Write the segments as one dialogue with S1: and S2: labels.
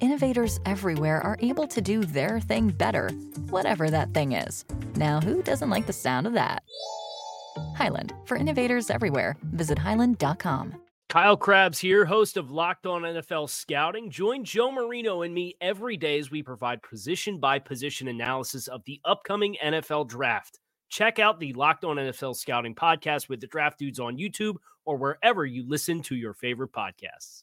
S1: innovators everywhere are able to do their thing better, whatever that thing is. Now, who doesn't like the sound of that? Highland, for innovators everywhere, visit highland.com.
S2: Kyle Krabs here, host of Locked On NFL Scouting. Join Joe Marino and me every day as we provide position by position analysis of the upcoming NFL draft. Check out the Locked On NFL Scouting podcast with the draft dudes on YouTube or wherever you listen to your favorite podcasts.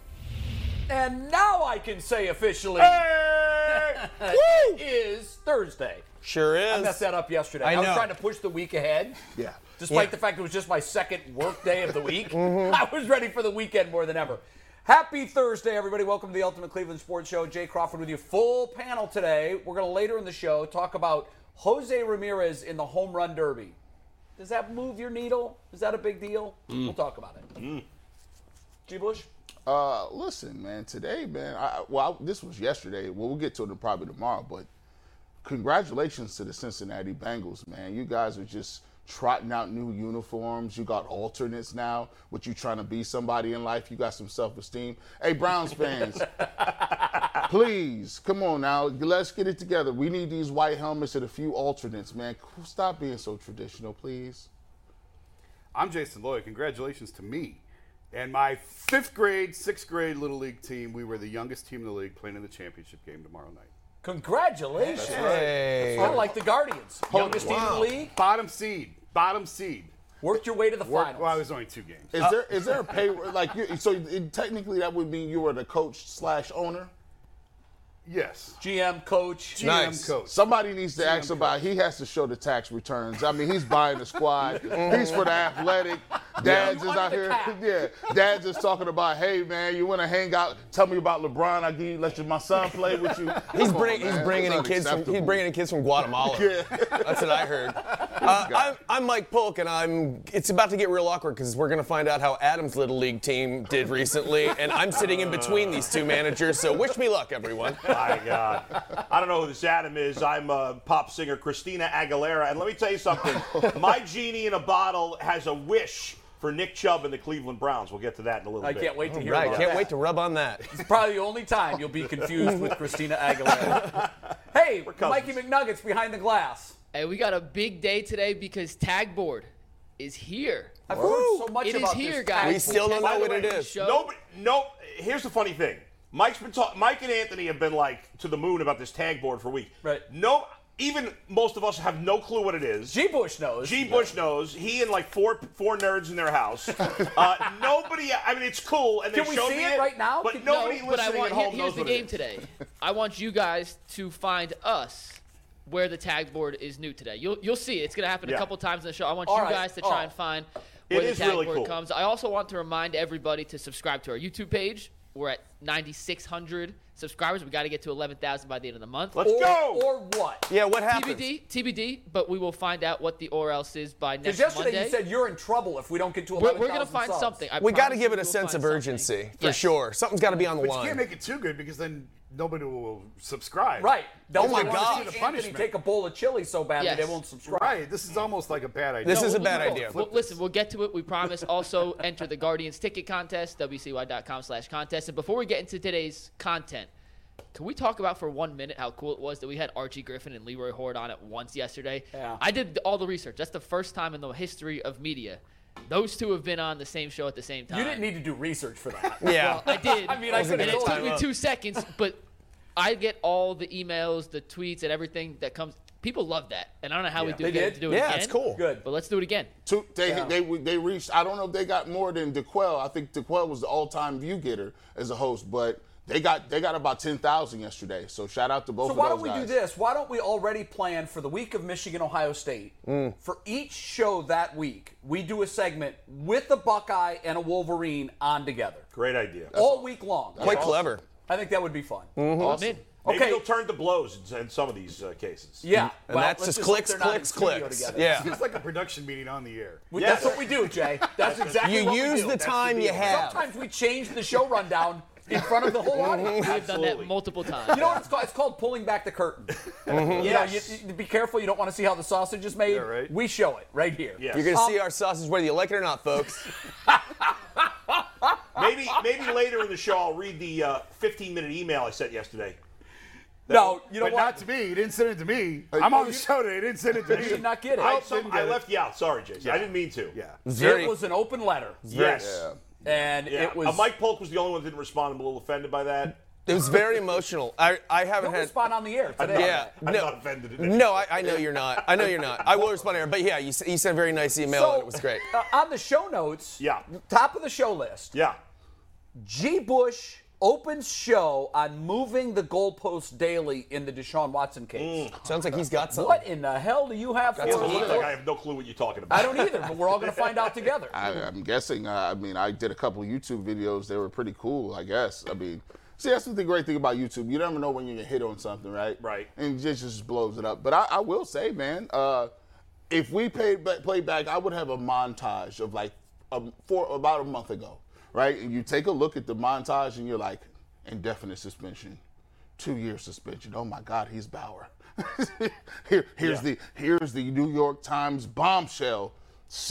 S3: And now I can say officially is Thursday.
S4: Sure is.
S3: I messed that up yesterday.
S4: I
S3: I, was
S4: know.
S3: trying to push the week ahead.
S4: Yeah.
S3: Despite
S4: Yeah. Mm-hmm.
S3: the fact it was just my second work day of the week, I was ready for the weekend more than ever. Happy Thursday, everybody. Welcome to the Ultimate Cleveland Sports Show. Jay Crawford with you. Full panel today. We're going to later in the show talk about Jose Ramirez in the home run derby. Does that move your needle? Is that a big deal?
S4: Mm.
S3: We'll talk about it. G. Bush?
S5: Uh, listen, man. Today, man. I, well, I, this was yesterday. Well, we'll get to it probably tomorrow. But congratulations to the Cincinnati Bengals, man. You guys are just trotting out new uniforms. You got alternates now. What you trying to be somebody in life? You got some self-esteem. Hey, Browns fans, please come on now. Let's get it together. We need these white helmets and a few alternates, man. Stop being so traditional, please.
S6: I'm Jason Lloyd. Congratulations to me. And my fifth grade, sixth grade little league team, we were the youngest team in the league playing in the championship game tomorrow night.
S3: Congratulations.
S4: Hey.
S3: I like the Guardians. Youngest team in the league.
S6: Bottom seed. Bottom seed.
S3: Worked your way to the
S6: Work-
S3: finals.
S6: Well, it was only two games.
S4: Uh,
S5: Is there is there a pay like you, so? It, technically, that would mean you were the coach slash owner.
S6: yes.
S3: GM, coach.
S6: GM
S4: Nice.
S6: coach.
S5: Somebody needs to ask about. He has to show the tax returns. I mean, he's buying the squad. he's for the athletic. Dad's is out
S3: Under
S5: here.
S3: the cap.
S5: Yeah, dad's just talking about. Hey, man, you want to hang out? Tell me about LeBron. I give you. Let your, my son play with you.
S4: He's,
S5: Come on,
S4: bring,
S5: man.
S4: he's bringing in
S5: That's
S4: kids. From, he's
S5: unacceptable.
S4: bringing in kids from Guatemala. That's what I heard. Uh, I'm, I'm Mike Polk, and I'm. It's about to get real awkward because we're going to find out how Adam's little league team did recently, and I'm sitting in between these two managers. So wish me luck, everyone.
S7: My God. I don't know who this Adam is. I'm a pop singer, Christina Aguilera. And let me tell you something my genie in a bottle has a wish for Nick Chubb and the Cleveland Browns. We'll get to that in a little
S3: I
S7: bit.
S3: can't wait to hear
S4: Right,
S3: about
S4: can't
S3: that.
S4: wait to rub on that.
S3: It's probably the only time you'll be confused with Christina Aguilera. hey, Mikey
S7: cousins.
S3: McNuggets behind the glass.
S8: Hey, we got a big day today because Tag Board is here.
S3: I've heard so much
S8: It is
S3: about
S8: here,
S3: this.
S8: guys.
S4: We still don't know what it is.
S8: Show.
S7: Nobody, no, here's the funny thing. Mike's been talk, Mike and Anthony have been like to the moon about this tag board for weeks.
S3: Right.
S7: No, even most of us have no clue what it is.
S3: G. Bush knows.
S7: G. Bush knows. He and like four four nerds in their house. Uh, nobody. I mean, it's cool. And they
S3: Can we
S7: showed
S3: see
S7: me
S3: it right now?
S7: But
S3: Can-
S8: No,
S7: nobody
S8: but I
S7: listening
S8: want
S7: at home
S8: here- here's
S7: knows
S8: the
S7: what it
S8: game
S7: is.
S8: today. I want you guys to find us where the Tag Board is new today. You'll you'll see it. It's gonna happen a
S7: Yeah.
S8: couple times in the show. I want
S3: All
S8: you
S3: right.
S8: guys to try
S3: Oh.
S8: and find where the
S7: is
S8: Tag
S7: really
S8: Board
S7: cool.
S8: comes. I also want to remind everybody to subscribe to our YouTube page. We're at 9,600 subscribers. We got to get to 11,000 by the end of the month.
S7: Let's
S3: or,
S7: go.
S3: or what?
S4: Yeah, what happened?
S8: TBD, TBD, but we will find out what the or else is by next
S3: Because yesterday
S8: Monday.
S3: you said you're in trouble if we don't get to
S8: We're,
S3: 11,000
S8: we're gonna find
S3: subs.
S8: something. I
S4: We got to
S8: promise
S4: give
S8: you
S4: it a
S8: we'll
S4: sense
S8: find
S4: of
S8: something.
S4: urgency for
S8: Yes.
S4: sure. Something's got to be on the
S6: But you
S4: line.
S6: can't make it too good because then nobody will subscribe.
S3: Right. They'll
S4: Oh my
S3: wanna
S4: God.
S3: see
S4: The
S3: Anthony
S6: punishment.
S3: take a bowl of chili so bad
S8: Yes.
S3: that they won't subscribe.
S6: Right. This is almost like a bad idea.
S4: This is a
S8: we'll-
S4: bad
S8: we'll-
S4: idea.
S8: we'll- listen, we'll get to it. We promise. Also, enter the Guardians ticket contest, wcy.com slash contest. And before we get into today's content, can we talk about for one minute how cool it was that we had Archie Griffin and Leroy Horde on at once yesterday?
S3: Yeah.
S8: I did all the research. That's the first time in the history of media those two have been on the same show at the same time.
S3: You didn't need to do research for that.
S4: yeah.
S8: I did.
S3: I mean, I
S8: and
S3: could've
S8: it
S3: told
S8: took
S3: you.
S8: me two seconds, but I get all the emails, the tweets, and everything that comes. People love that, and I don't know how we do,
S3: They
S8: we have
S3: did?
S8: to do it
S4: Yeah,
S8: again.
S4: it's cool.
S3: Good.
S8: But let's do it again.
S5: Two, they, they they reached. I don't know if they got more than DeQuell. I think DeQuell was the all-time view getter as a host, but they got they got about ten thousand yesterday. So shout out to both
S3: So
S5: of
S3: why
S5: those
S3: don't we do
S5: guys.
S3: this? Why don't we already plan for the week of Michigan Ohio State?
S4: Mm.
S3: For each show that week, we do a segment with a Buckeye and a Wolverine on together
S7: Great idea.
S3: all week long.
S4: Quite clever. Mm-hmm.
S3: I think that would be fun.
S8: I'm in.
S7: Maybe
S3: Okay.
S7: you'll turn to blows in, in some of these uh, cases.
S3: Yeah.
S4: And
S3: well,
S4: that's
S3: let's
S4: just
S3: hope
S4: clicks,
S3: they're not in
S4: clicks,
S3: studio
S4: clicks.
S3: together.
S4: Yeah.
S6: It's like a production meeting on the air.
S3: We- That's what we do, Jay. That's exactly
S4: You
S3: what we
S4: use
S3: do.
S4: the time you have.
S3: Sometimes we change the show rundown in front of the whole audience.
S8: I've done that multiple times.
S3: You know what it's called? It's called pulling back the curtain. You know, you, you- be careful. You don't want to see how the sausage is made.
S6: Yeah, right.
S3: We show it right here. Um,
S7: Yes.
S4: You're gonna see our sausage whether you like it or not, folks.
S7: maybe maybe later in the show I'll read the uh, 15 minute email I sent yesterday.
S3: No, you know
S6: but
S3: what?
S6: not to me. You didn't send it to me. I'm on the show today. You didn't send it to me.
S3: You did not get it.
S7: I,
S6: didn't
S7: some-
S6: get
S7: I
S6: it.
S7: left you out. Sorry, Jason. I didn't mean to.
S6: Yeah.
S4: It's
S3: it
S4: very-
S3: was an open letter,
S7: Yes.
S3: and
S7: Yeah.
S3: it was.
S7: Uh, Mike Polk was the only one that didn't respond. I'm a little offended by that.
S4: It was very emotional. I, I haven't
S3: don't
S4: had.
S3: respond on the air today.
S4: Yeah,
S7: I'm
S4: no.
S7: not offended. At it.
S4: No, I, I know you're not. I know you're not. I will respond here, but yeah, you, s- you sent a very nice email
S3: So,
S4: and it was great.
S3: uh, on the show notes,
S7: Yeah.
S3: top of the show list,
S7: Yeah.
S3: G. Bush opens show on moving the goalpost daily in the Deshaun Watson case.
S4: Sounds like he's got something.
S3: What in the hell do you have for
S4: That's
S7: It
S3: us?
S7: Mm. looks like I have no clue what you're talking about.
S3: I don't either, but we're all going to find out together.
S5: I, I'm guessing. Uh, I mean, I did a couple YouTube videos. They were pretty cool. I guess. I mean, see, that's the great thing about YouTube. You never know when you're gonna hit on something, right?
S7: Right.
S5: And it just, just blows it up. But I, I will say, man, uh, if we played back, played back, I would have a montage of like um, for about a month ago, right? And you take a look at the montage, and you're like, indefinite suspension, two year suspension. Oh my God, he's Bauer. Here, here's the here's the New York Times bombshell,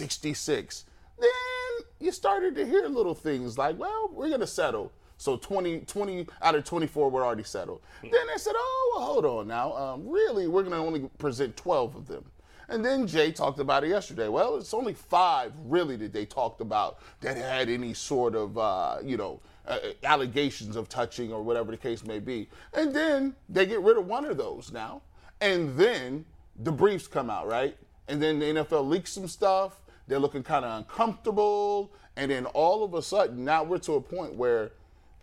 S5: 66. Then you started to hear little things like, well, we're gonna settle. So 20, 20 out of 24 were already settled. Then they said, oh, well, hold on now. Um, really, we're gonna only present 12 of them. And then Jay talked about it yesterday. Well, it's only five really that they talked about that had any sort of, uh, you know, uh, allegations of touching or whatever the case may be. And then they get rid of one of those now. And then the briefs come out, right? And then the NFL leaks some stuff. They're looking kind of uncomfortable. And then all of a sudden, now we're to a point where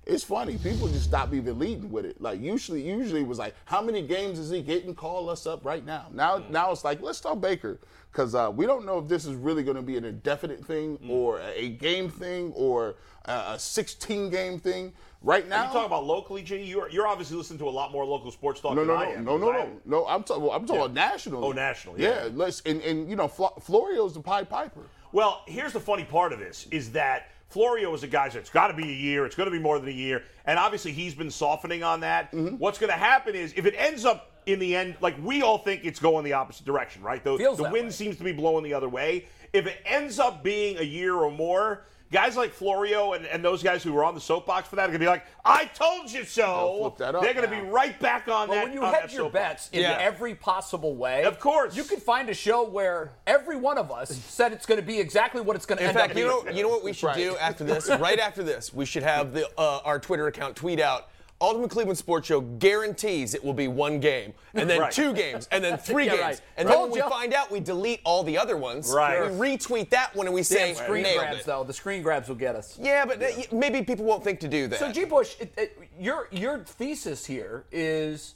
S5: it's funny. People just stop even leading with it. Like usually, usually it was like, how many games is he getting? Call us up right now. Now,
S7: Mm.
S5: now it's like, let's talk Baker because uh, we don't know if this is really going to be an indefinite thing
S7: Mm.
S5: or a a game thing or a a 16 game thing. Right
S7: Are
S5: now,
S7: you talking about locally, G? You're, you're obviously listening to a lot more local sports talk
S5: no, no,
S7: than I
S5: no,
S7: am.
S5: no, no,
S7: because I
S5: no,
S7: am-
S5: no. I'm talking. Well, I'm talking about national.
S7: Oh, national, yeah.
S5: Yeah. Let's and, and you know, Fl- Florio's the Pied Piper.
S7: Well, here's the funny part of this is that Florio is a guy that's got to be a year. It's going to be more than a year. And obviously, he's been softening on that.
S5: Mm-hmm.
S7: What's going to happen is if it ends up in the end, like we all think it's going the opposite direction, right? The,
S3: Feels
S7: the
S3: that
S7: wind
S3: way.
S7: seems to be blowing the other way. If it ends up being a year or more, guys like Florio and, and those guys who were on the soapbox for that are going to be like, I told you so.
S5: They'll flip that up
S7: They're going to be
S5: now.
S7: right back on
S3: Well,
S7: that.
S3: when you
S7: on
S3: hedge
S7: that
S3: your
S7: soapbox.
S3: bets in
S4: Yeah.
S3: every possible way,
S7: Of course.
S3: you could find a show where every one of us said it's going to be exactly what it's going to
S4: In
S3: end
S4: fact,
S3: up
S4: you
S3: being.
S4: know, you know what we should do after this? Right after this, we should have the, uh, our Twitter account tweet out. Ultimate Cleveland Sports Show guarantees it will be one game, and then
S7: Right.
S4: two games, and then three
S3: Yeah,
S4: games.
S3: right.
S4: And then
S3: Told
S4: when we
S3: ya.
S4: find out, we delete all the other ones.
S7: Right.
S4: We retweet that one and we say,
S3: Damn screen
S4: nailed
S3: grabs,
S4: it.
S3: though. The screen grabs will get us.
S4: Yeah, but uh, y- maybe people won't think to do that.
S3: So, G. Bush, it, it, your your thesis here is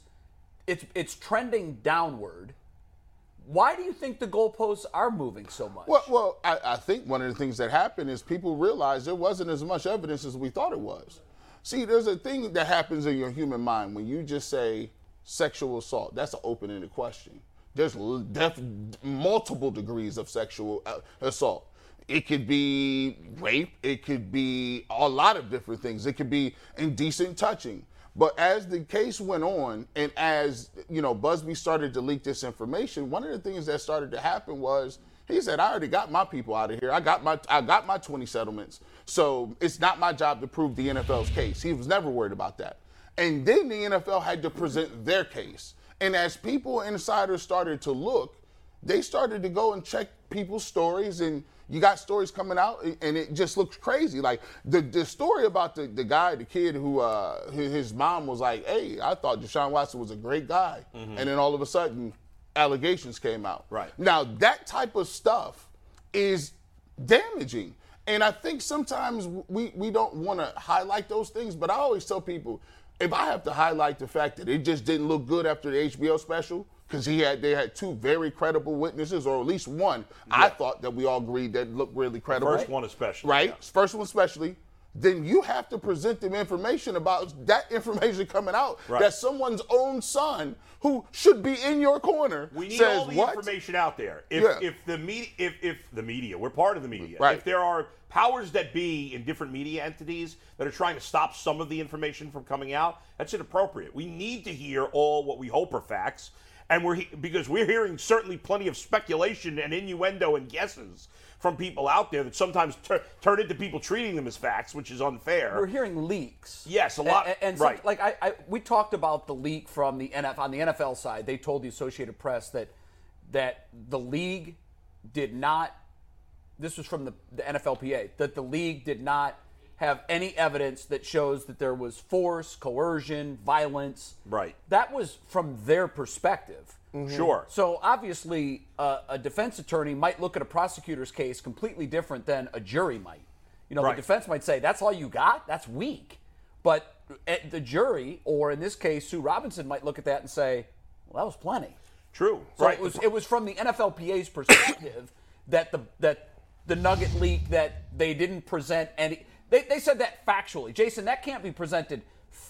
S3: it's it's trending downward. Why do you think the goalposts are moving so much?
S5: Well, well, I, I think one of the things that happened is people realized there wasn't as much evidence as we thought it was. See, there's a thing that happens in your human mind when you just say sexual assault. That's an open-ended question. There's l- def- multiple degrees of sexual uh, assault. It could be rape. It could be a lot of different things. It could be indecent touching. But as the case went on, and as you know, Busby started to leak this information. One of the things that started to happen was he said, "I already got my people out of here. I got my I got my 20 settlements. So it's not my job to prove the NFL's case. He was never worried about that." And then the NFL had to present their case. And as people insiders started to look, they started to go and check people's stories and you got stories coming out, and it just looks crazy. Like the, the story about the, the guy, the kid who uh, his, his mom was like, "Hey, I thought Deshaun Watson was a great guy," and then all of a sudden, allegations came out.
S6: Right.
S5: now, that type of stuff is damaging. And I think sometimes we, we don't want to highlight those things, but I always tell people if I have to highlight the fact that it just didn't look good after the HBO special, because he had they had two very credible witnesses, or at least one, I thought that we all agreed that looked really credible.
S7: First one especially,
S5: Right?
S7: yeah.
S5: First one especially. Then you have to present them information about that information coming out
S7: Right.
S5: that someone's own son, who should be in your corner,
S7: We need
S5: says
S7: all the
S5: what?
S7: information out there. If,
S5: Yeah.
S7: if the media, if, if the media, we're part of the media.
S5: Right.
S7: If there are powers that be in different media entities that are trying to stop some of the information from coming out, that's inappropriate. We need to hear all what we hope are facts, and we're he- because we're hearing certainly plenty of speculation and innuendo and guesses from people out there that sometimes tur- turn into people treating them as facts, which is unfair.
S3: We're hearing leaks.
S7: Yes, a lot-
S3: And, and some-
S7: right.
S3: like I, I, we talked about the leak from the NF on the NFL side. They told the Associated Press that that the league did not. This was from the, the NFLPA that the league did not have any evidence that shows that there was force, coercion, violence.
S7: Right. Mm-hmm.
S3: That was from their perspective.
S7: Sure.
S3: So obviously, uh, a defense attorney might look at a prosecutor's case completely different than a jury might. You know,
S7: Right.
S3: the defense might say that's all you got. That's weak. But eh, the jury, or in this case, Sue Robinson, might look at that and say, "Well, that was plenty."
S7: True.
S3: So
S7: right.
S3: it was it was from the NFLPA's perspective that the that the Nugget leak that they didn't present any. They, they said that factually, Jason. That can't be presented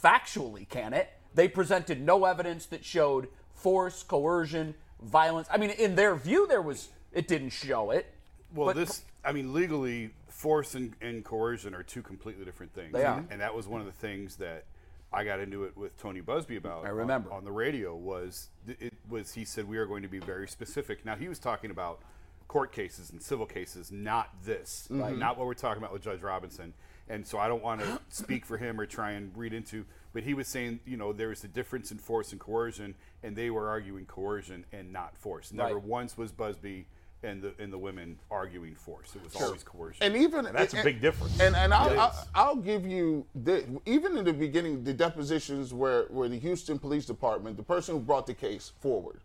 S3: factually, can it? They presented no evidence that showed force, coercion, violence. I mean, in their view, there was it didn't show it.
S6: Well,
S3: But-
S6: this, I mean, legally, force and, and coercion are two completely different things.
S3: They are.
S6: And that was one of the things that I got into it with Tony Busby about. I
S3: remember.
S6: On, the radio was it was he said we are going to be very specific. Now he was talking about court cases and civil cases, not this,
S3: Mm-hmm.
S6: not what we're talking about with Judge Robinson. And so I don't want to speak for him or try and read into, but he was saying, you know, there is a difference in force and coercion, and they were arguing coercion and not force. Never
S3: Right.
S6: once was Busby and the and the women arguing force. It was always coercion.
S5: And even
S7: that's a
S5: and-
S7: big difference.
S5: And and I'll,
S6: It
S5: I'll,
S6: is.
S5: I'll give you the even in the beginning, the depositions where where the Houston Police Department, the person who brought the case forward,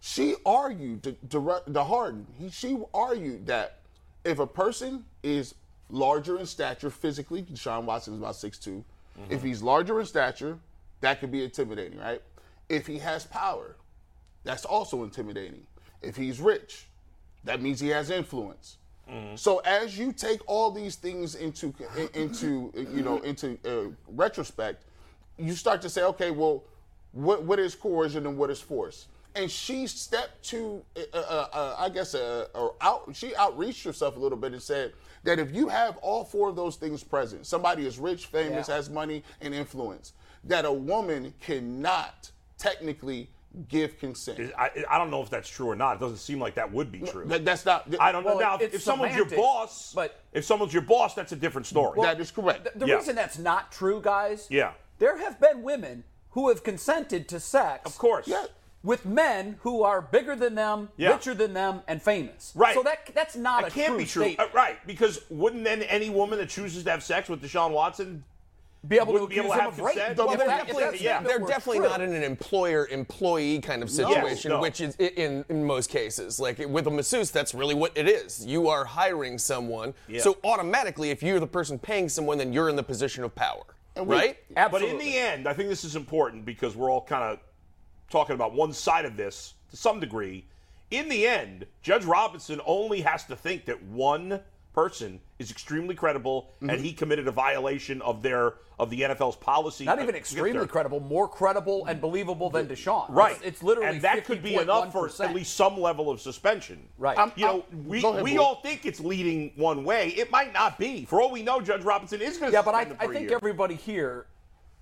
S5: she argued to, to, Ru- to Harden. He, she argued that if a person is larger in stature physically, Sean Watson is about 6'2",
S7: Mm-hmm.
S5: if he's larger in stature, that could be intimidating, right? If he has power, that's also intimidating. If he's rich, that means he has influence. So as you take all these things into in- into you know into uh, retrospect, you start to say, okay, well, what what is coercion and what is force? And she stepped to, uh, uh, uh, I guess, uh, or out. She outreached herself a little bit and said that if you have all four of those things present, somebody is rich, famous,
S3: Yeah.
S5: has money and influence, that a woman cannot technically give consent.
S7: I, I don't know if that's true or not. It doesn't seem like that would be true.
S5: That- that's not.
S7: I don't know.
S3: Well,
S7: Now, if-
S3: it's
S7: if someone's your
S3: semantics,
S7: boss,
S3: but-
S7: if someone's your boss, that's a different story.
S5: That is correct.
S3: The, the
S7: Yeah.
S3: reason that's not true, guys.
S7: Yeah.
S3: There have been women who have consented to sex.
S7: of course.
S5: Yeah.
S3: With men who are bigger than them,
S7: Yeah.
S3: richer than them, and famous.
S7: Right.
S3: So that that's not
S7: That
S3: a
S7: can't
S3: true
S7: be true.
S3: statement.
S7: Uh, right. Because wouldn't then any woman that chooses to have sex with Deshaun Watson
S3: be able
S7: wouldn't
S3: to
S7: be able
S3: accuse
S7: to
S3: him
S7: have
S3: of rape.
S7: consent?
S3: If
S7: Well,
S3: that-
S7: they're
S3: if
S7: definitely-
S3: that's
S7: yeah,
S3: something
S4: They're
S3: that were
S4: definitely
S3: true.
S4: not in an employer-employee kind of situation,
S7: no.
S4: which is i- in, in most cases. Like with a masseuse, that's really what it is. You are hiring someone, so automatically, if you're the person paying someone, then you're in the position of power, right?
S3: Absolutely.
S7: But in the end, I think this is important because we're all kind of talking about one side of this to some degree. In the end, Judge Robinson only has to think that one person is extremely credible
S3: Mm-hmm.
S7: and he committed a violation of their of the NFL's policy.
S3: Not even
S7: against
S3: extremely
S7: their-
S3: credible, more credible and believable than Deshaun.
S7: Right.
S3: It's, it's literally
S7: and that could be enough for at
S3: 50.1%.
S7: least some level of suspension.
S3: Right. Um, I'm-
S7: you know,
S5: I'm-
S7: we
S5: go ahead,
S7: we
S5: Blake.
S7: all think it's leading one way. It might not be. For all we know, Judge Robinson is going to
S3: Yeah, but I, I think everybody here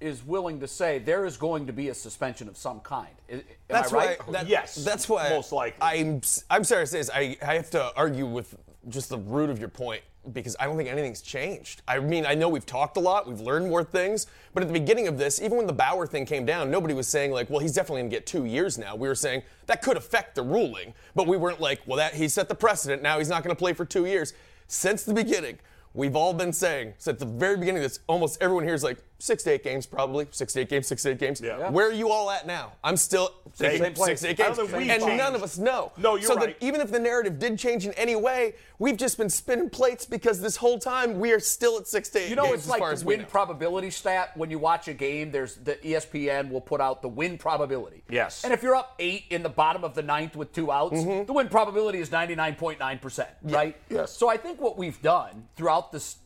S3: is willing to say there is going to be a suspension of some kind. I- Am
S4: That's
S3: I right?
S4: why. that-
S7: Yes,
S4: That's why.
S7: most likely.
S4: I'm. s- I'm sorry to say this. I, I have to argue with just the root of your point. because I don't think anything's changed. I mean, I know we've talked a lot, we've learned more things, but at the beginning of this, even when the Bauer thing came down, nobody was saying like, well, he's definitely going to get 2 years now. We were saying that could affect the ruling, but we weren't like, well, that he set the precedent, now he's not going to play for 2 years. Since the beginning, we've all been saying, since the very beginning of this, almost everyone here is like, 6 to 8 games probably, 6 to 8 games, 6 to 8 games.
S7: Yeah.
S4: Where are you all at now? I'm still
S7: Same
S4: thinking
S7: place.
S4: 6 to 8
S7: I don't
S4: games.
S7: think we've
S4: And
S7: changed.
S4: none of us know.
S7: No, you're
S4: so that
S7: right.
S4: even if the narrative did change in any way, we've just been spinning plates because this whole time we are still at six to eight.
S3: You know,
S4: games
S3: it's
S4: as
S3: like
S4: far
S3: the
S4: as we
S3: win
S4: know.
S3: probability stat. When you watch a game, there's the E ESPN will put out the win probability.
S7: Yes.
S3: And if you're up eight in the bottom of the ninth with two outs,
S4: Mm-hmm.
S3: the win probability is 99.9%, right?
S5: Yes.
S3: So I think what we've done throughout this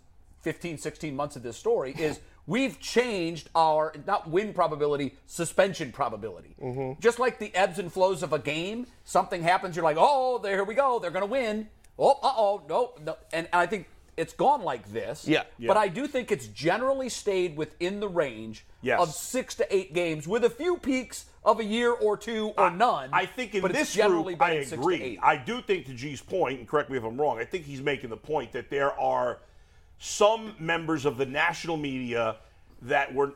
S3: 15, 16 months of this story is we've changed our, not win probability, suspension probability.
S4: Mm-hmm.
S3: Just like the ebbs and flows of a game, something happens, you're like, oh, there here we go, they're going to win. Oh, uh oh, no, no. And, and I think it's gone like this.
S4: Yeah.
S3: But I do think it's generally stayed within the range
S7: Yes.
S3: of six to eight games, with a few peaks of a year or two or none.
S7: I think in
S3: but
S7: this
S3: it's generally
S7: group,
S3: been
S7: I
S3: six to
S7: agree.
S3: eight.
S7: I do think to G's point, and correct me if I'm wrong, I think he's making the point that there are some members of the national media that were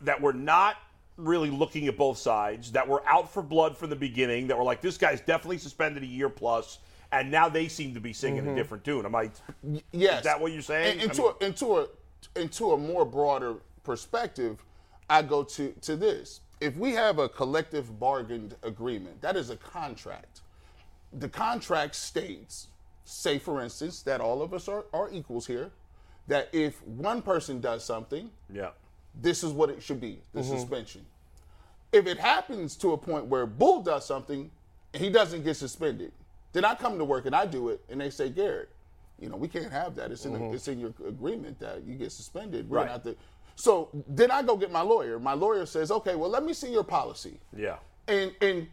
S7: that were not really looking at both sides, that were out for blood from the beginning, that were like, this guy's definitely suspended a year plus, and now they seem to be singing
S3: Mm-hmm.
S7: a different tune. Am I?
S5: Yes.
S7: Is that what you're saying?
S5: And, and
S7: I
S5: to
S7: mean-
S5: a, and to a and to a more broader perspective, I go to to this. If we have a collective bargained agreement, that is a contract. The contract states, say for instance, that all of us are, are equals here, that if one person does something,
S7: Yeah. Mm-hmm.
S5: this is what it should be the suspension. If it happens to a point where Bull does something and he doesn't get suspended, then I come to work and I do it, and they say, Garrett, you know, we can't have that. It's in the, it's in your agreement that you get suspended. We're
S7: Mm-hmm. Right.
S5: not the, so then I go get my lawyer. My lawyer says, okay, well, let me see your policy.
S7: Yeah.
S5: And and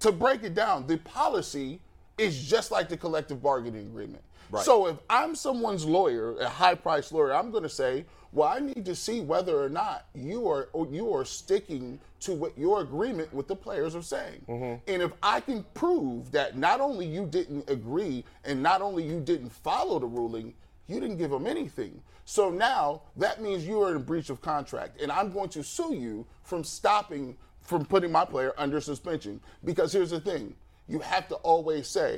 S5: to break it down, the policy is just like the collective bargaining agreement.
S7: Right.
S5: So if I'm someone's lawyer, a high priced lawyer, I'm going to say, well, I need to see whether or not you are or you are sticking to what your agreement with the players are saying. And if I can prove that not only you didn't agree and not only you didn't follow the ruling, you didn't give them anything. So now that means you are in breach of contract, and I'm going to sue you from stopping from putting my player under suspension. Because here's the thing you have to always say,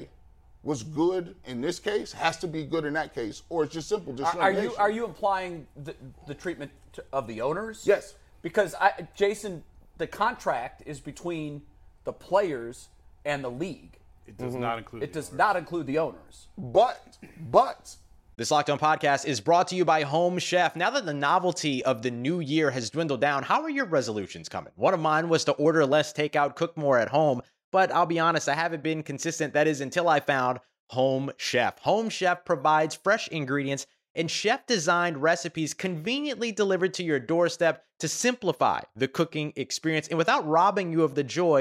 S5: what's good in this case has to be good in that case, or it's just simple
S3: Are, are you
S5: discrimination.
S3: are you implying the, the treatment t- of the owners?
S5: Yes.
S3: Because I, Jason, the contract is between the players and the league.
S6: It does not include.
S3: It
S6: the
S3: does
S6: owner.
S3: not include the owners.
S5: But, but,
S9: This Locked On podcast is brought to you by Home Chef. Now that the novelty of the new year has dwindled down, how are your resolutions coming? One of mine was to order less takeout, cook more at home, but I'll be honest, I haven't been consistent. That is until I found Home Chef. Home Chef provides fresh ingredients and chef designed recipes conveniently delivered to your doorstep to simplify the cooking experience and without robbing you of the joy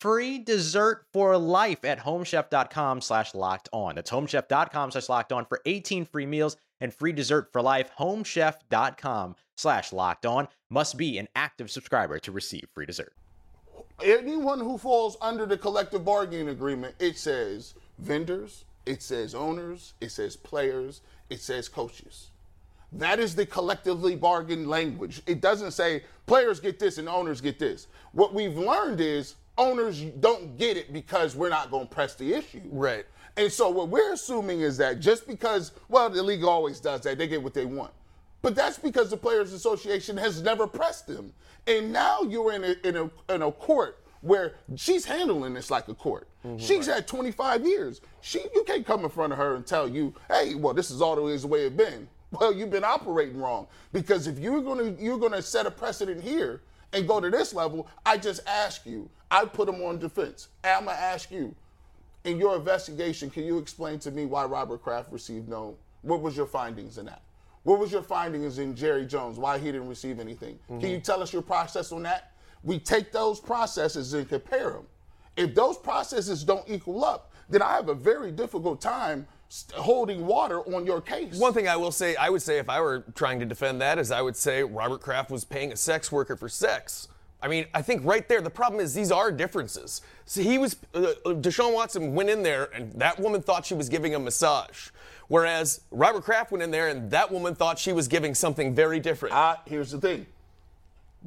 S9: free dessert for life at homechef.com slash locked on that's homechef.com slash locked on for 18 free meals and free dessert for life homechef.com slash locked on must be an active subscriber to receive free dessert
S5: anyone who falls under the collective bargaining agreement, it says vendors, it says owners, it says players, it says coaches. That is the collectively bargained language. It doesn't say players get this and owners get this. What we've learned is owners don't get it because we're not going to press the issue.
S4: Right.
S5: And so what we're assuming is that just because, well, the league always does that, they get what they want. But that's because the Players Association has never pressed them. And now you're in a, in a, in a court where she's handling this like a court. She's had 25 years. She, you can't come in front of her and tell you, hey, well, this is all the ways the way it's been. Well, you've been operating wrong because if you're gonna you're gonna set a precedent here and go to this level, I just ask you. I put them on defense. I'm gonna ask you in your investigation, can you explain to me why Robert Kraft received no? What was your findings in that? What was your findings in Jerry Jones? Why he didn't receive anything? Can you tell us your process on that? we take those processes and compare them. If those processes don't equal up, then I have a very difficult time st- holding water on your case.
S4: One thing I will say, I would say if I were trying to defend that, is I would say Robert Kraft was paying a sex worker for sex. I mean, I think right there the problem is these are differences. See, he was uh, Deshaun Watson went in there and that woman thought she was giving a massage, whereas Robert Kraft went in there and that woman thought she was giving something very different.
S5: I, here's the thing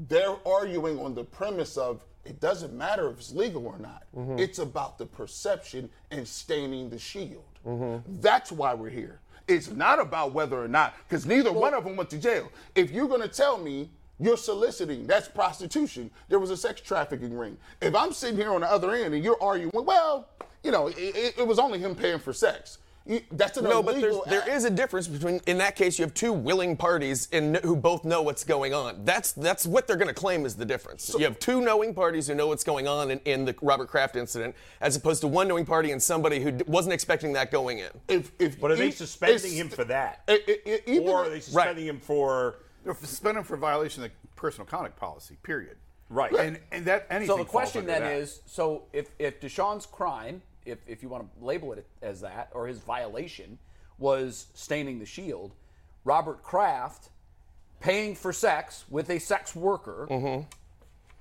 S5: they're arguing on the premise of it doesn't matter if it's legal or not.
S4: Mm-hmm.
S5: It's about the perception and staining the shield.
S4: Mm-hmm.
S5: That's why we're here. It's not about whether or not, because neither one of them went to jail. If you're going to tell me you're soliciting, that's prostitution. There was a sex trafficking ring. If I'm sitting here on the other end and you're arguing, well, you know, it, it, it was only him paying for sex. You, that's an
S4: no, but there's,
S5: illegal
S4: there
S5: act.
S4: is a difference between. In that case, you have two willing parties and kn- who both know what's going on. That's that's what they're going to claim is the difference. you have two knowing parties who know what's going on in, in the Robert Kraft incident, as opposed to one knowing party and somebody who d- wasn't expecting that going in.
S5: If, if
S7: But are they
S5: each-
S7: suspending
S5: it's-
S7: him for that?
S5: it- it- it- e, even
S7: or are
S5: if-
S7: they suspending him for?
S6: They're suspending for violation of the personal conduct policy. Period.
S7: Right.
S6: And and that anything.
S3: So the
S6: falls
S3: question
S6: under
S3: then
S6: that.
S3: is: so if if Deshaun's crime, if if you want to label it as that, or his violation was staining the shield, Robert Kraft paying for sex with a sex worker,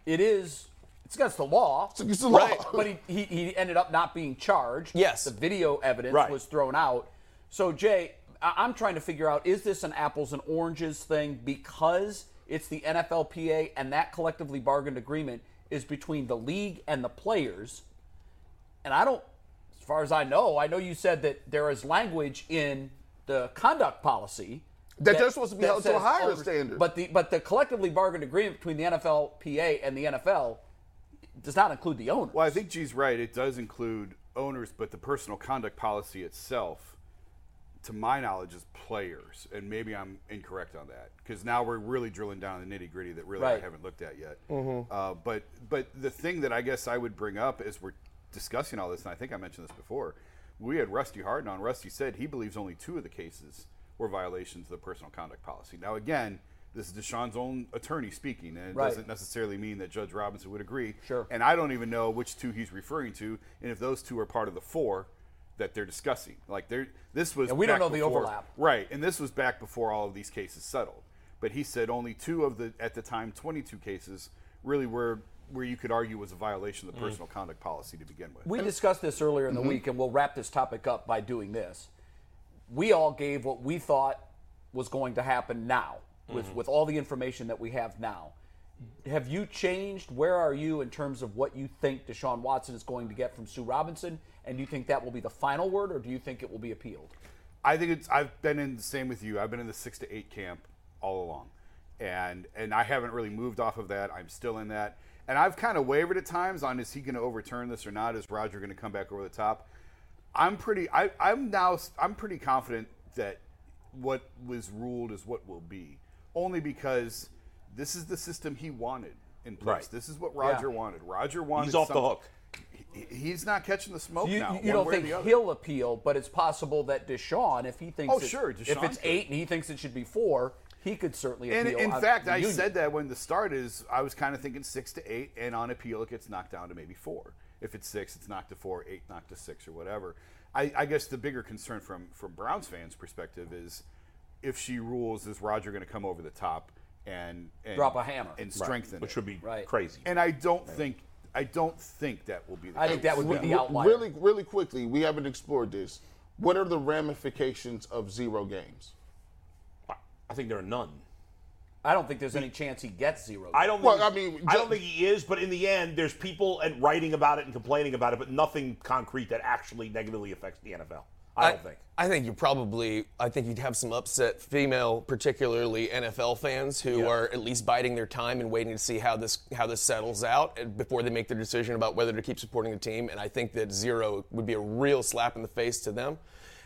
S3: it is it's against the law. It's
S5: against the law. Right.
S3: But he, he he ended up not being charged.
S4: Yes.
S3: The video evidence
S7: Right.
S3: was thrown out. So Jay, I- I'm trying to figure out: is this an apples and oranges thing because it's the NFLPA and that collectively bargained agreement is between the league and the players? And I don't, as far as I know, I know you said that there is language in the conduct policy
S5: That they're supposed to be
S3: that
S5: held to a
S3: says
S5: higher
S3: owners-
S5: standard.
S3: But the but the collectively bargained agreement between the NFLPA and the NFL does not include the owner.
S6: Well, I think G's right. It does include owners, but the personal conduct policy itself, to my knowledge, is players. And maybe I'm incorrect on that because now we're really drilling down the nitty gritty that really
S3: Right.
S6: I haven't looked at yet.
S5: Mm-hmm.
S6: Uh, but but the thing that I guess I would bring up as we're discussing all this, and I think I mentioned this before, we had Rusty Harden on. Rusty said he believes only two of the cases were violations of the personal conduct policy. Now again. This is Deshaun's own attorney speaking, and it
S3: Right.
S6: doesn't necessarily mean that Judge Robinson would agree.
S3: Sure.
S6: And I don't even know which two he's referring to, and if those two are part of the four that they're discussing. Like there, this was.
S3: Yeah, we don't
S6: back
S3: know the
S6: before-
S3: overlap.
S6: Right, and this was back before all of these cases settled. But he said only two of the at the time 22 cases really were where you could argue was a violation of the personal conduct policy to begin with.
S3: we discussed this earlier in the
S5: Mm-hmm.
S3: week, and we'll wrap this topic up by doing this. We all gave what we thought was going to happen now,
S5: Mm-hmm.
S3: with with all the information that we have now. Have you changed? Where are you in terms of what you think Deshaun Watson is going to get from Sue Robinson? And do you think that will be the final word, or do you think it will be appealed?
S6: I think it's. I've been in the same with you. I've been in the six to eight camp all along, and and I haven't really moved off of that. I'm still in that, and I've kind of wavered at times on is he going to overturn this or not? Is Roger going to come back over the top? I'm pretty. I, I'm now. I'm pretty confident that what was ruled is what will be, only because this is the system he wanted in place.
S7: Right.
S6: This is what Roger wanted. Roger wanted.
S7: He's off the
S6: something-
S7: hook.
S6: He- he- he's not catching the smoke
S3: You,
S6: now.
S3: you
S6: one
S3: don't
S6: way or
S3: think
S6: the other.
S3: he'll appeal, but it's possible that Deshaun, if he thinks
S6: Oh,
S3: it-
S6: sure,
S3: if
S6: Deshaun
S3: it's
S6: could.
S3: eight and he thinks it should be four, he could certainly
S6: And
S3: appeal.
S6: in
S3: on
S6: fact,
S3: the
S6: I
S3: union.
S6: said that when the start is, I was kind of thinking six to eight, and on appeal, it gets knocked down to maybe four. If it's six, it's knocked to four, eight, knocked to six, or whatever. I, I guess the bigger concern from from Browns fans' perspective is if she rules, is Roger going to come over the top and, and
S3: Drop a hammer.
S6: and strengthen
S7: Which
S6: it?
S7: would be
S3: Right.
S7: crazy.
S6: And I don't think I don't think that will be the
S3: I
S6: case.
S3: think that would be the
S5: Re-
S3: outlier.
S5: Really, really quickly, we haven't explored this. What are the ramifications of zero games?
S7: I think there are none.
S3: I don't think there's any chance he gets zero.
S7: I don't.
S5: Well,
S7: think,
S5: I mean,
S7: I
S5: ju-
S7: don't think he is. But in the end, there's people and writing about it and complaining about it, but nothing concrete that actually negatively affects the NFL. I, don't think.
S4: I think you probably. I think you'd have some upset female, particularly NFL fans, who are at least biding their time and waiting to see how this how this settles out and before they make their decision about whether to keep supporting the team. And I think that zero would be a real slap in the face to them.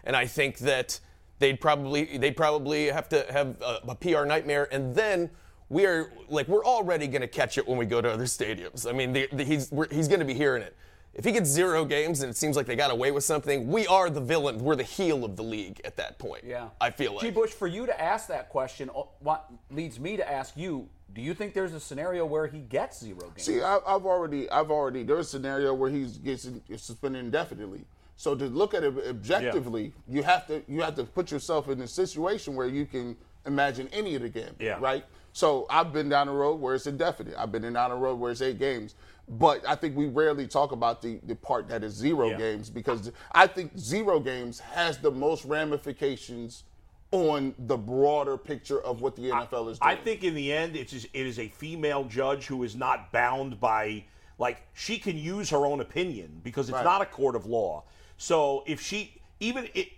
S4: And I think that they'd probably they'd probably have to have a, a PR nightmare. And then we are like we're already going to catch it when we go to other stadiums. I mean, the, the, he's we're, he's going to be hearing it. If he gets zero games and it seems like they got away with something, we are the villain. We're the heel of the league at that point.
S3: Yeah.
S4: I feel
S3: G.
S4: like.
S3: Bush, for you to ask that question uh, what leads me to ask you do you think there's a scenario where he gets zero games?
S5: See, I, I've already, I've already. There's a scenario where he gets in- suspended indefinitely. So to look at it objectively, you have to, you have to put yourself in a situation where you can imagine any of the game,
S7: Yeah.
S5: right? So I've been down the road where it's indefinite. I've been down the road where it's eight games. But I think we rarely talk about the, the part that is zero
S7: Yeah.
S5: games because I think zero games has the most ramifications on the broader picture of what the NFL is doing.
S7: I think in the end, it's just, it is a female judge who is not bound by like she can use her own opinion because it's not a court of law. So if she even i-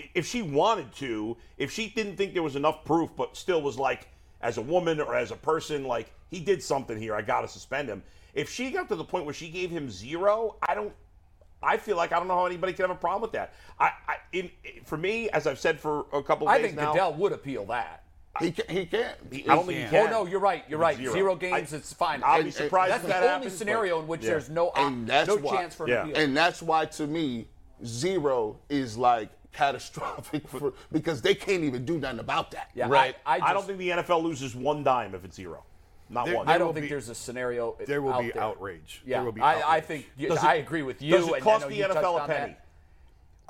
S7: i- if she wanted to, if she didn't think there was enough proof, but still was like as a woman or as a person, like he did something here, I got to suspend him. If she got to the point where she gave him zero, I don't I feel like I don't know how anybody could have a problem with that. I, I in for me, as I've said for a couple of
S3: I
S7: days
S3: think
S7: now,
S3: Goodell would appeal that.
S5: he can, he can't.
S7: I don't think he
S3: Oh
S7: can.
S3: no, you're right. You're right.
S7: Zero.
S3: Zero, games.
S7: I-
S3: it's fine.
S7: I'll be
S3: And-
S7: surprised
S3: That's
S7: if
S3: the
S7: that
S3: only
S7: happens, but-
S3: scenario in which
S7: Yeah.
S3: there's no op-
S5: And that's
S3: no
S5: why-
S3: chance for an
S7: Yeah.
S3: appeal.
S5: And that's why, to me, zero is like catastrophic for, because they can't even do nothing about that.
S3: yeah,
S4: right.
S3: I, I,
S7: I don't
S3: just-
S7: think the NFL loses one dime if it's zero, not
S6: There-
S7: one.
S6: there
S3: I don't
S6: will
S3: think
S6: be-
S3: there's a scenario.
S6: There will
S3: out
S6: be
S3: there.
S6: outrage.
S3: Yeah,
S6: There will be
S3: I, I
S6: outrage.
S3: think yeah,
S7: Does it-
S3: I agree with you.
S7: does it
S3: and I
S7: cost
S3: know
S7: the
S3: you touched
S7: NFL a
S3: on that.
S7: penny?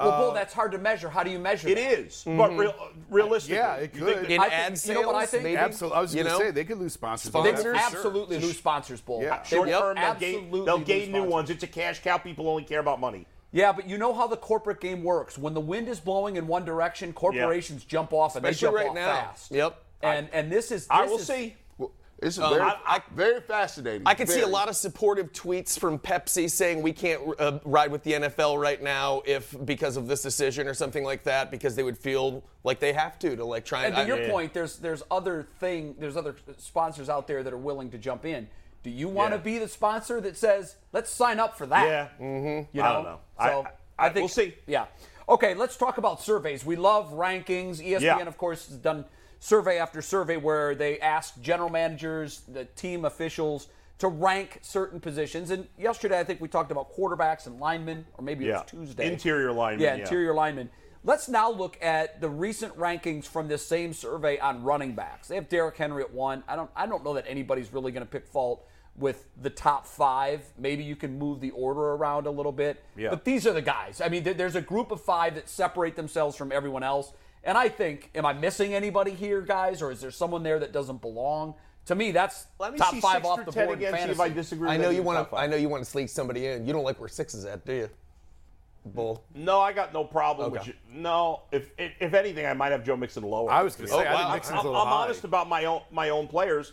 S7: Uh,
S3: Well, Bull, that's hard to measure. How do you measure?
S7: It
S3: that?
S7: is,
S4: Mm-hmm.
S7: but real, uh, realistically,
S6: Mm-hmm. Yeah, it
S7: you think
S6: could.
S7: that-
S4: in
S3: I think-
S4: ad
S3: you know
S4: sales,
S3: what I think?
S4: maybe?
S6: Absolutely. I was
S4: You
S6: going to
S4: know?
S6: say they could lose sponsors.
S3: They
S4: Sponsors?
S3: will absolutely lose sponsors, Bull.
S6: Yeah.
S3: They
S7: short
S3: will
S7: term, they'll
S3: absolutely
S7: gain, they'll
S3: lose
S7: gain new
S3: sponsors.
S7: ones. It's a cash cow. People only care about money.
S3: Yeah, but you know how the corporate game works. When the wind is blowing in one direction, corporations jump off and
S4: Especially
S3: they
S4: right
S3: jump off
S4: now.
S3: fast.
S4: Yep.
S3: And and this is. This
S7: I will
S3: is,
S7: see.
S5: Well, This is very,
S7: Um, I- I-
S5: very fascinating.
S4: I could see a
S5: Very.
S4: lot of supportive tweets from Pepsi saying we can't uh, ride with the NFL right now if because of this decision or something like that because they would feel like they have to to like try
S3: And
S4: and
S3: to your
S4: I-
S3: point, there's there's other thing, there's other sponsors out there that are willing to jump in. Do you want to
S7: Yeah.
S3: be the sponsor that says, "Let's sign up for that"?
S7: Yeah,
S3: you know?
S7: Mm-hmm. I don't know. I-
S3: So
S7: I-
S3: I,
S7: I-
S3: think
S7: we'll see.
S3: Yeah. Okay, let's talk about surveys. We love rankings. E ESPN,
S7: Yeah.
S3: of course, has done survey after survey where they ask general managers, the team officials to rank certain positions. And yesterday, I think we talked about quarterbacks and linemen, or maybe
S7: Yeah.
S3: it was Tuesday.
S7: Interior linemen,
S3: Yeah,
S7: yeah.
S3: interior linemen. Let's now look at the recent rankings from this same survey on running backs. They have Derrick Henry at one. I don't. I don't know that anybody's really going to pick fault with the top five. Maybe you can move the order around a little bit.
S7: Yeah.
S3: But these are the guys. I mean, there- there's a group of five that separate themselves from everyone else. And I think, am I missing anybody here, guys, or is there someone there that doesn't belong? To me, that's
S7: Let me
S3: top
S7: see
S3: five
S7: six
S3: off
S7: through
S3: the
S7: 10
S3: board. in
S7: again, see if
S3: fantasy.
S7: I disagree.
S4: I
S7: with
S4: know
S7: any
S4: you
S7: of the
S4: want
S7: top
S4: to.
S7: five.
S4: I know you want to sneak somebody in. You don't like where six is at, do you? Bull.
S7: No, I got no problem with
S4: Okay.
S7: you. No, if, if if anything, I might have Joe Mixon lower. Oh,
S6: I was going to say, I
S4: wow.
S6: think
S7: I'm,
S6: Mixon's a
S7: I'm
S6: little high.
S7: honest about my own my own players.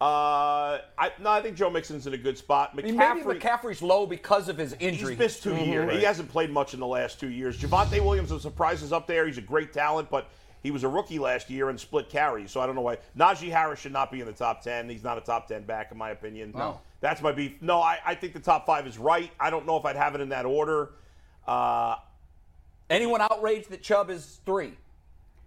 S7: Uh, I, no, I think Joe Mixon's in a good spot.
S3: I mean,
S7: McCaffrey,
S3: maybe McCaffrey's low because of his injury.
S7: He's missed 2
S3: Mm-hmm.
S7: years. He hasn't played much in the last two years. Javante Williams of surprise is up there. He's a great talent, but he was a rookie last year and split carries, so I don't know why. Najee Harris should not be in the top ten. He's not a top ten back, in my opinion. No. That's my beef. No, I, I think the top five is right. I don't know if I'd have it in that order. Uh,
S3: Anyone outraged that Chubb is three?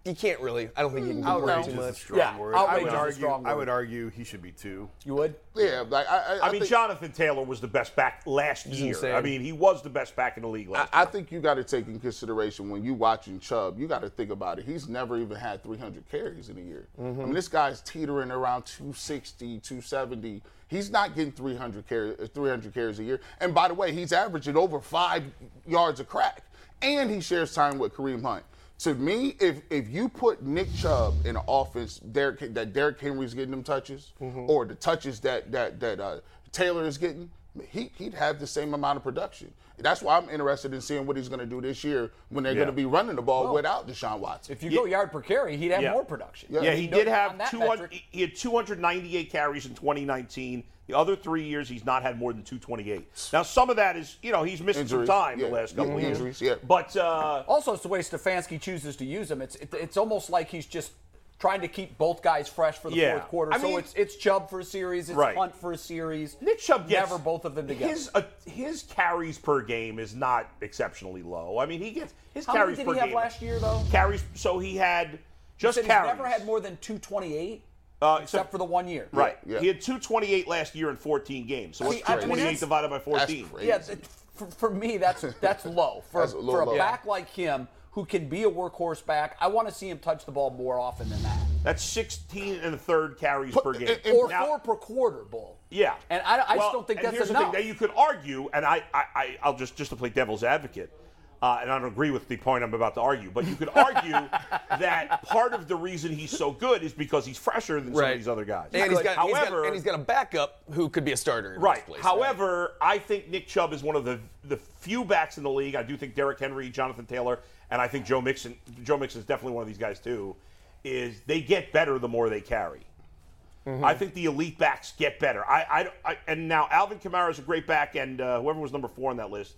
S4: You can't really. I don't think you can
S5: don't
S4: complain
S5: know.
S4: too
S6: Mm, Is a
S4: much.
S6: strong
S3: Yeah,
S6: word. I
S3: outrage
S6: would
S3: is a
S6: argue.
S3: strong
S6: I
S3: word.
S6: would argue he should be two.
S3: You would?
S5: Yeah, like I, I,
S7: I mean,
S5: think,
S7: Jonathan Taylor was the best back last year.
S4: insane.
S7: I mean, he was the best back in the league
S5: I,
S7: last
S5: I
S7: year.
S5: think you got to take in consideration when you watching Chubb. You got to think about it. He's never even had 300 carries in a year. I mean, this guy's teetering around 260, 270. He's not getting 300 carries, 300 uh, carries a year. And by the way, he's averaging over five yards a crack, and he shares time with Kareem Hunt. To me, if if you put Nick Chubb in an offense Derrick, that Derrick Henry's getting them touches,
S3: Mm-hmm.
S5: or the touches that that that uh, Taylor is getting, he, he'd have the same amount of production. That's why I'm interested in seeing what he's going to do this year when they're
S7: Yeah.
S5: going to be running the ball without Deshaun Watson.
S3: If you go yard per carry, he'd have
S7: Yeah.
S3: more production.
S7: Yeah, he
S3: No,
S7: did
S3: on
S7: have
S3: that
S7: 200.
S3: metric-
S7: He had 298 carries in 2019. The other three years, he's not had more than 228. Now, some of that is, you know, he's missed
S5: Injuries,
S7: some time
S5: yeah.
S7: the last couple
S5: Yeah,
S7: of years.
S5: injuries, yeah.
S7: But uh,
S3: Also, it's the way Stefanski chooses to use him. It's it, it's almost like he's just trying to keep both guys fresh for the
S7: Yeah.
S3: fourth quarter.
S7: I
S3: so
S7: mean-
S3: it's it's Chubb for a series, it's
S7: Right.
S3: Hunt for a series.
S7: Nick Chubb gets
S3: never both of them together.
S7: His uh, his carries per game is not exceptionally low. I mean, he gets his
S3: How many
S7: carries
S3: did
S7: per
S3: he have
S7: game.
S3: last year though?
S7: Carries. So he had just
S3: Said he's
S7: carries.
S3: never had more than 228
S7: uh,
S3: except for the one year.
S7: Right.
S5: Yeah.
S7: He had 228 last year in 14 games. So what's
S3: I mean,
S7: 228
S3: that's-
S7: divided by 14?
S5: That's crazy.
S3: Yeah, th- for, for me, that's that's low for,
S5: That's a little
S3: for a
S5: low.
S3: back like him who can be a workhorse back. I want to see him touch the ball more often than that,
S7: That's 16 and a third carries per game.
S3: or
S7: Now-
S3: four per quarter, bull.
S7: Yeah,
S3: and I, I
S7: Well,
S3: just don't think
S7: and
S3: that's
S7: here's
S3: enough.
S7: The thing, now you could argue, and I, I, I I'll just just to play devil's advocate, uh, and I don't agree with the point I'm about to argue, but you could argue that part of the reason he's so good is because he's fresher than some of these other guys.
S4: And he's, got, he's got-
S7: however,
S4: and he's got a backup who could be a starter. In
S7: Right.
S4: This place.
S7: However, I think Nick Chubb is one of the the few backs in the league. I do think Derrick Henry, Jonathan Taylor, and I think Joe Mixon. Joe Mixon is definitely one of these guys too. Is they get better the more they carry. I
S3: Mm-hmm.
S7: think the elite backs get better. I, I, I and now Alvin Kamara is a great back, and uh, whoever was number four on that list,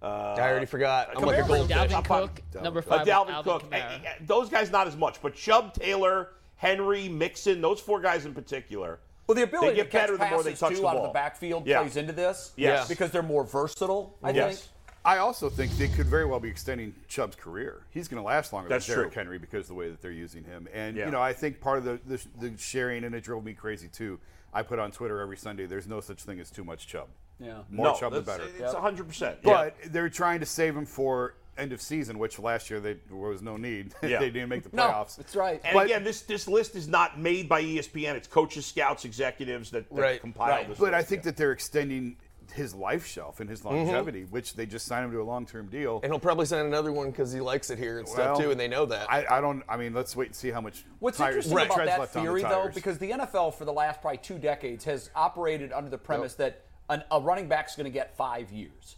S4: I already forgot. I'm
S7: Kamara
S4: like a
S7: was
S4: goldfish.
S7: Top
S8: Dalvin
S7: five.
S8: Cook, number
S7: Uh,
S8: five,
S7: Dalvin,
S8: Alvin
S7: Cook.
S8: Kamara.
S7: Uh, uh, those guys not as much, but Chubb, Taylor, Henry, Mixon, those four guys in particular.
S3: Well, the ability
S7: they get
S3: to catch
S7: better the
S3: passes
S7: more they touch
S3: too
S7: the
S3: out of
S7: ball.
S3: the backfield
S7: Yeah.
S3: plays into this.
S7: Yes.
S3: because they're more versatile. I
S7: Yes.
S3: think.
S6: I also think they could very well be extending Chubb's career. He's going to last longer
S7: That's
S6: than Derrick
S7: true.
S6: Henry because of the way that they're using him. And
S7: Yeah.
S6: you know, I think part of the, the the sharing and it drove me crazy too. I put on Twitter every Sunday. There's no such thing as too much Chubb.
S3: Yeah.
S6: more
S7: no,
S6: Chubb the
S7: that's-
S6: better.
S7: It's 100. percent
S6: But they're trying to save him for end of season, which last year they, there was no need.
S7: Yeah.
S6: they didn't make the
S3: No,
S6: playoffs.
S3: that's right.
S7: And
S6: But-
S7: again, this this list is not made by E ESPN. It's coaches, scouts, executives that, that
S4: Right.
S7: compile
S3: Right.
S7: this.
S6: But
S7: list.
S6: I think that they're extending his life shelf and his longevity, which they just signed him to a long-term deal.
S4: Mm-hmm. And he'll probably sign another one because he likes it here and
S6: Well,
S4: stuff too, and they know that.
S6: I, I don't. I mean, let's wait and see how much.
S3: What's
S6: tires-
S3: interesting
S4: Right.
S3: about
S6: treads
S3: that
S6: left on the
S3: theory, though,
S6: tires.
S3: because the NFL for the last probably two decades has operated under the premise that an, a running back's going to get five years.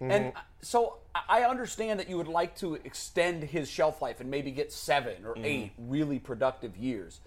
S4: Mm-hmm.
S3: And
S7: Mm-hmm.
S3: uh, so I I understand that you would like to extend his shelf life and maybe get seven
S7: Mm-hmm.
S3: or eight really productive years.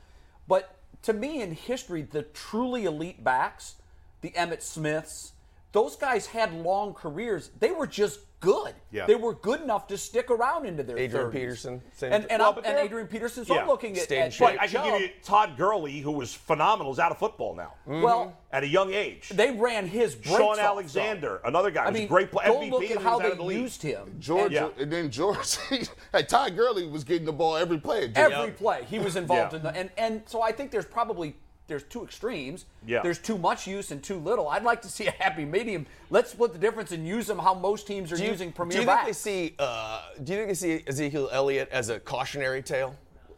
S3: But to me, in history, the truly elite backs, the Emmett Smiths, those guys had long careers. They were just good.
S6: Yeah.
S3: They were good enough to stick around into their
S4: Adrian
S3: 30s.
S4: Peterson, same
S3: and
S4: thing.
S3: and,
S7: Well,
S3: I'm-
S7: but
S3: and
S7: they're-
S3: Adrian Peterson. So
S7: Yeah.
S3: I'm looking at,
S4: Stayed
S3: at
S4: shape.
S7: But I can
S3: Chubb.
S7: give you Todd Gurley, who was phenomenal, is out of football now
S3: Well,
S7: at a young age.
S3: Mm-hmm. they ran his brakes
S7: Sean
S3: off, though.
S7: Alexander, another guy,
S3: I
S7: who's
S3: mean,
S7: a great play,
S3: go
S7: MVP.
S3: look
S7: and
S3: at
S7: he
S3: how
S7: was out of
S3: they
S7: the league.
S3: used him.
S5: George
S7: Yeah.
S5: and then George, hey, Todd Gurley was getting the ball every play. George.
S3: every play he was involved
S7: Yeah.
S3: in the and and so I think there's probably there's two extremes.
S7: Yeah.
S3: There's too much use and too little. I'd like to see a happy medium. Let's split the difference and use them how most teams are
S4: do you,
S3: using
S4: do
S3: premier
S4: you
S3: backs.
S4: think they see? Uh, do you think they see Ezekiel Elliott as a cautionary tale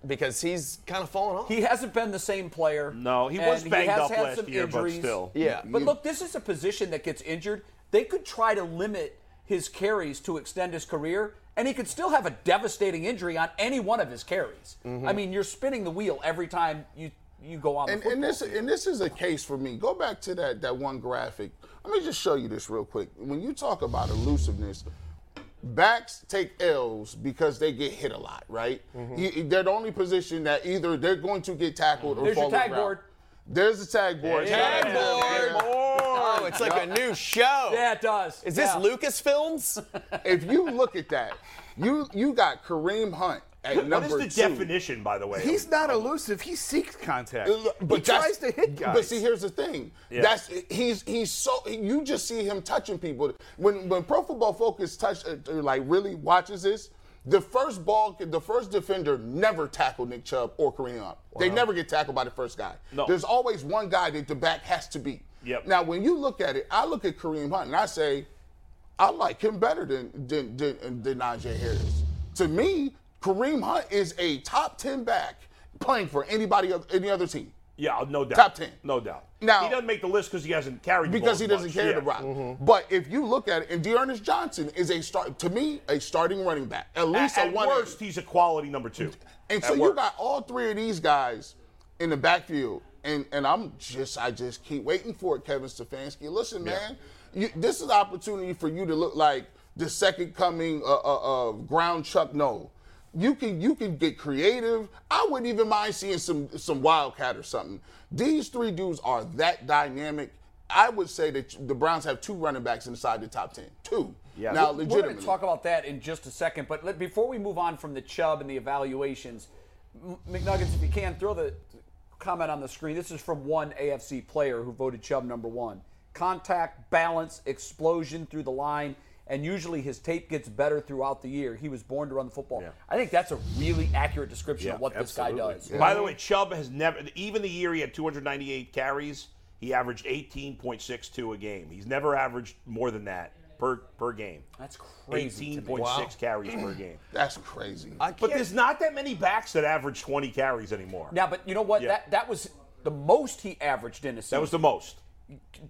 S4: because he's kind of fallen off?
S3: he hasn't been the same player.
S7: No, he was
S3: and
S7: banged
S3: has
S7: up
S3: had
S7: last
S3: some
S7: year, but
S3: injuries.
S7: still.
S4: Yeah.
S3: But look, this is a position that gets injured. They could try to limit his carries to extend his career, and he could still have a devastating injury on any one of his carries.
S4: Mm-hmm.
S3: I mean, you're spinning the wheel every time you you go on. the
S5: and, and
S3: football
S5: this
S3: field.
S5: and this is a case for me. Go back to that that one graphic. Let me just show you this real quick. When you talk about elusiveness, backs take L's because they get hit a lot, right?
S3: Mm-hmm.
S5: You- they're the only position that either they're going to get tackled or
S3: There's
S5: fall
S3: your
S5: to the
S3: tag
S5: ground.
S3: board.
S5: There's the tag board.
S4: Tag board. Oh, it's like a new show.
S3: Yeah, it does.
S4: Is this
S3: Yeah.
S4: Lucasfilms?
S5: If you look at that, you you got Kareem Hunt at
S7: What
S5: number
S7: is the
S5: two.
S7: definition, by the way?
S6: He's not elusive. He seeks contact. he
S5: Uh, that's-
S6: tries to hit guys.
S5: But see, here's the thing. That's he's he's so you just see him touching people. When when Pro Football Focus touch uh, uh, like really watches this, the first ball, the first defender never tackled Nick Chubb or Kareem Hunt. They never get tackled by the first guy.
S7: No.
S5: There's always one guy that the back has to beat.
S7: Yep.
S5: Now, when you look at it, I look at Kareem Hunt and I say, I like him better than than than, than Najee Harris. To me, Kareem Hunt is a top ten back playing for anybody of any other team.
S7: yeah, no doubt.
S5: Top 10.
S7: No doubt.
S5: Now-
S7: he doesn't make the list because he hasn't carried the
S5: Because
S7: ball
S5: he
S7: as
S5: doesn't
S7: much.
S5: carry
S7: Yeah. Mm-hmm.
S5: the rock.
S3: Mm-hmm.
S5: But if you look at it, and Dearness Johnson is a start to me a starting running back, at least
S7: At,
S5: a
S7: at
S5: one.
S7: worst, he's a quality number two.
S5: and
S7: at
S5: so you
S7: worst.
S5: got all three of these guys in the backfield, and and I'm just I just keep waiting for it, Kevin Stefanski. Listen, man, you, this is an opportunity for you to look like the second coming of uh, uh, ground Chuck Noll. You can you can get creative. I wouldn't even mind seeing some some wildcat or something. These three dudes are that dynamic. I would say that the Browns have two running backs inside the top ten. Two. Yeah. Now,
S3: We're going to
S5: legitimately.
S3: talk about that in just a second, but let, before we move on from the Chubb and the evaluations, M- McNuggets, if you can, throw the comment on the screen. This is from one AFC player who voted Chubb number one. Contact, balance, explosion through the line, and usually his tape gets better throughout the year. He was born to run the football. I think that's a really accurate description of what this guy does.
S7: By the way, Chubb has never, even the year he had 298 carries, he averaged 18.62 a game. He's never averaged more than that per per game.
S3: That's crazy.
S7: Eighteen
S3: to me.
S7: point six carries per game.
S5: That's crazy.
S7: But there's not that many backs that average 20 carries anymore.
S3: Now, but you know what?
S7: Yeah.
S3: That that was the most he averaged in a season.
S7: that was the most.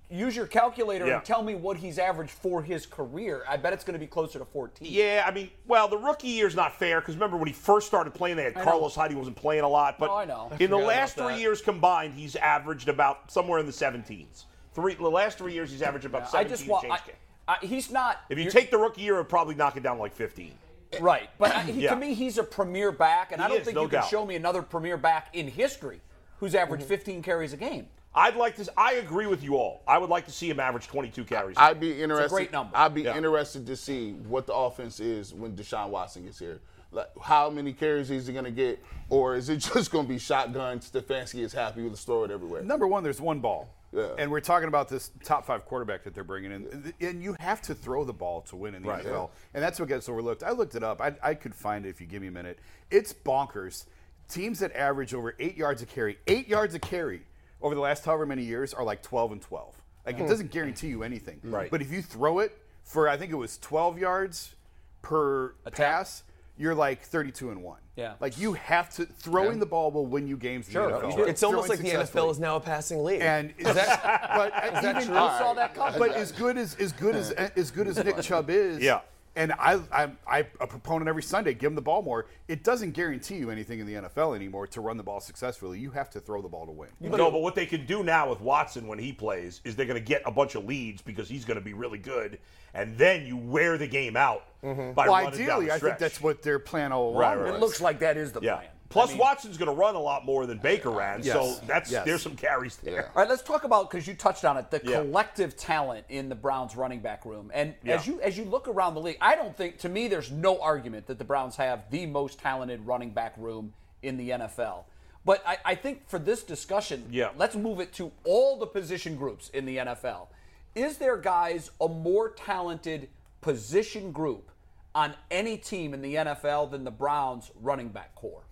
S3: Use your calculator
S7: Yeah.
S3: and tell me what he's averaged for his career. I bet it's going to be closer to 14.
S7: Yeah, I mean, well, the rookie year's not fair because remember when he first started playing, they had Carlos Hyde. He wasn't playing a lot, but
S3: Oh, I know. I
S7: in the
S4: forgot
S7: last
S4: about
S7: three
S4: that.
S7: years combined, he's averaged about somewhere in the 17s. Three, the last three years, he's averaged about 17
S3: I just want.
S7: change
S3: I,
S7: game.
S3: I, he's not.
S7: If you
S3: you're-
S7: take the rookie year, it'll probably knock it down like 15.
S3: right, but I, he,
S7: Yeah.
S3: to me, he's a premier back, and
S7: He
S3: I don't
S7: is,
S3: think
S7: no
S3: you can
S7: doubt. Mm-hmm.
S3: show me another premier back in history who's averaged 15 carries a game.
S7: I'd like to. I agree with you all. I would like to see him average 22 carries.
S5: I'd be interested.
S3: great number.
S5: I'd be
S7: Yeah.
S5: interested to see what the offense is when Deshaun Watson gets here. Like, how many carries is he going to get, or is it just going to be shotgun? Stefanski is happy with the throw it everywhere.
S6: Number one, there's one ball.
S5: Yeah.
S6: And we're talking about this top five quarterback that they're bringing in. And you have to throw the ball to win in the NFL. And that's what gets overlooked. I looked it up. I, I could find it if you give me a minute. It's bonkers. Teams that average over eight yards a carry, eight yards a carry over the last however many years are like 12 and 12. Like, it doesn't guarantee you anything. Right. But if you throw it for, I think it was 12 yards per pass, you're like 32 and 1.
S3: Yeah.
S6: Like, you have to, throwing the ball will win you games in the NFL.
S4: It's almost
S6: Throwing
S4: like the NFL is
S6: successfully.
S4: now a passing league.
S6: And is that, but
S4: that
S6: even-
S4: true? I saw
S3: that coming.
S6: But as good as as good as as good as Nick Chubb is,
S7: Yeah.
S6: And I I'm I a proponent every Sunday. Give him the ball more. It doesn't guarantee you anything in the NFL anymore to run the ball successfully. You have to throw the ball to win.
S7: no, but what they can do now with Watson when he plays is they're going to get a bunch of leads because he's going to be really good, and then you wear the game out
S3: Mm-hmm.
S7: by
S6: Well,
S7: running down
S6: ideally,
S7: the
S6: I think
S7: stretch.
S6: that's what their plan all along.
S7: Right, right,
S6: was.
S3: It looks like that is the
S7: Yeah.
S3: plan. Uh,
S7: Plus, Watson's going to run a lot more than Baker ran,
S6: Yes.
S7: so that's
S6: Yes.
S7: there's some carries there.
S3: All right, let's talk about because you touched on it, the
S7: Yeah.
S3: collective talent in the Browns running back room. And
S7: Yeah.
S3: as you as you look around the league, I don't think to me there's no argument that the Browns have the most talented running back room in the NFL. But I, I think for this discussion,
S7: Yeah.
S3: let's move it to all the position groups in the NFL. Is there guys a more talented position group on any team in the NFL than the Browns running back core?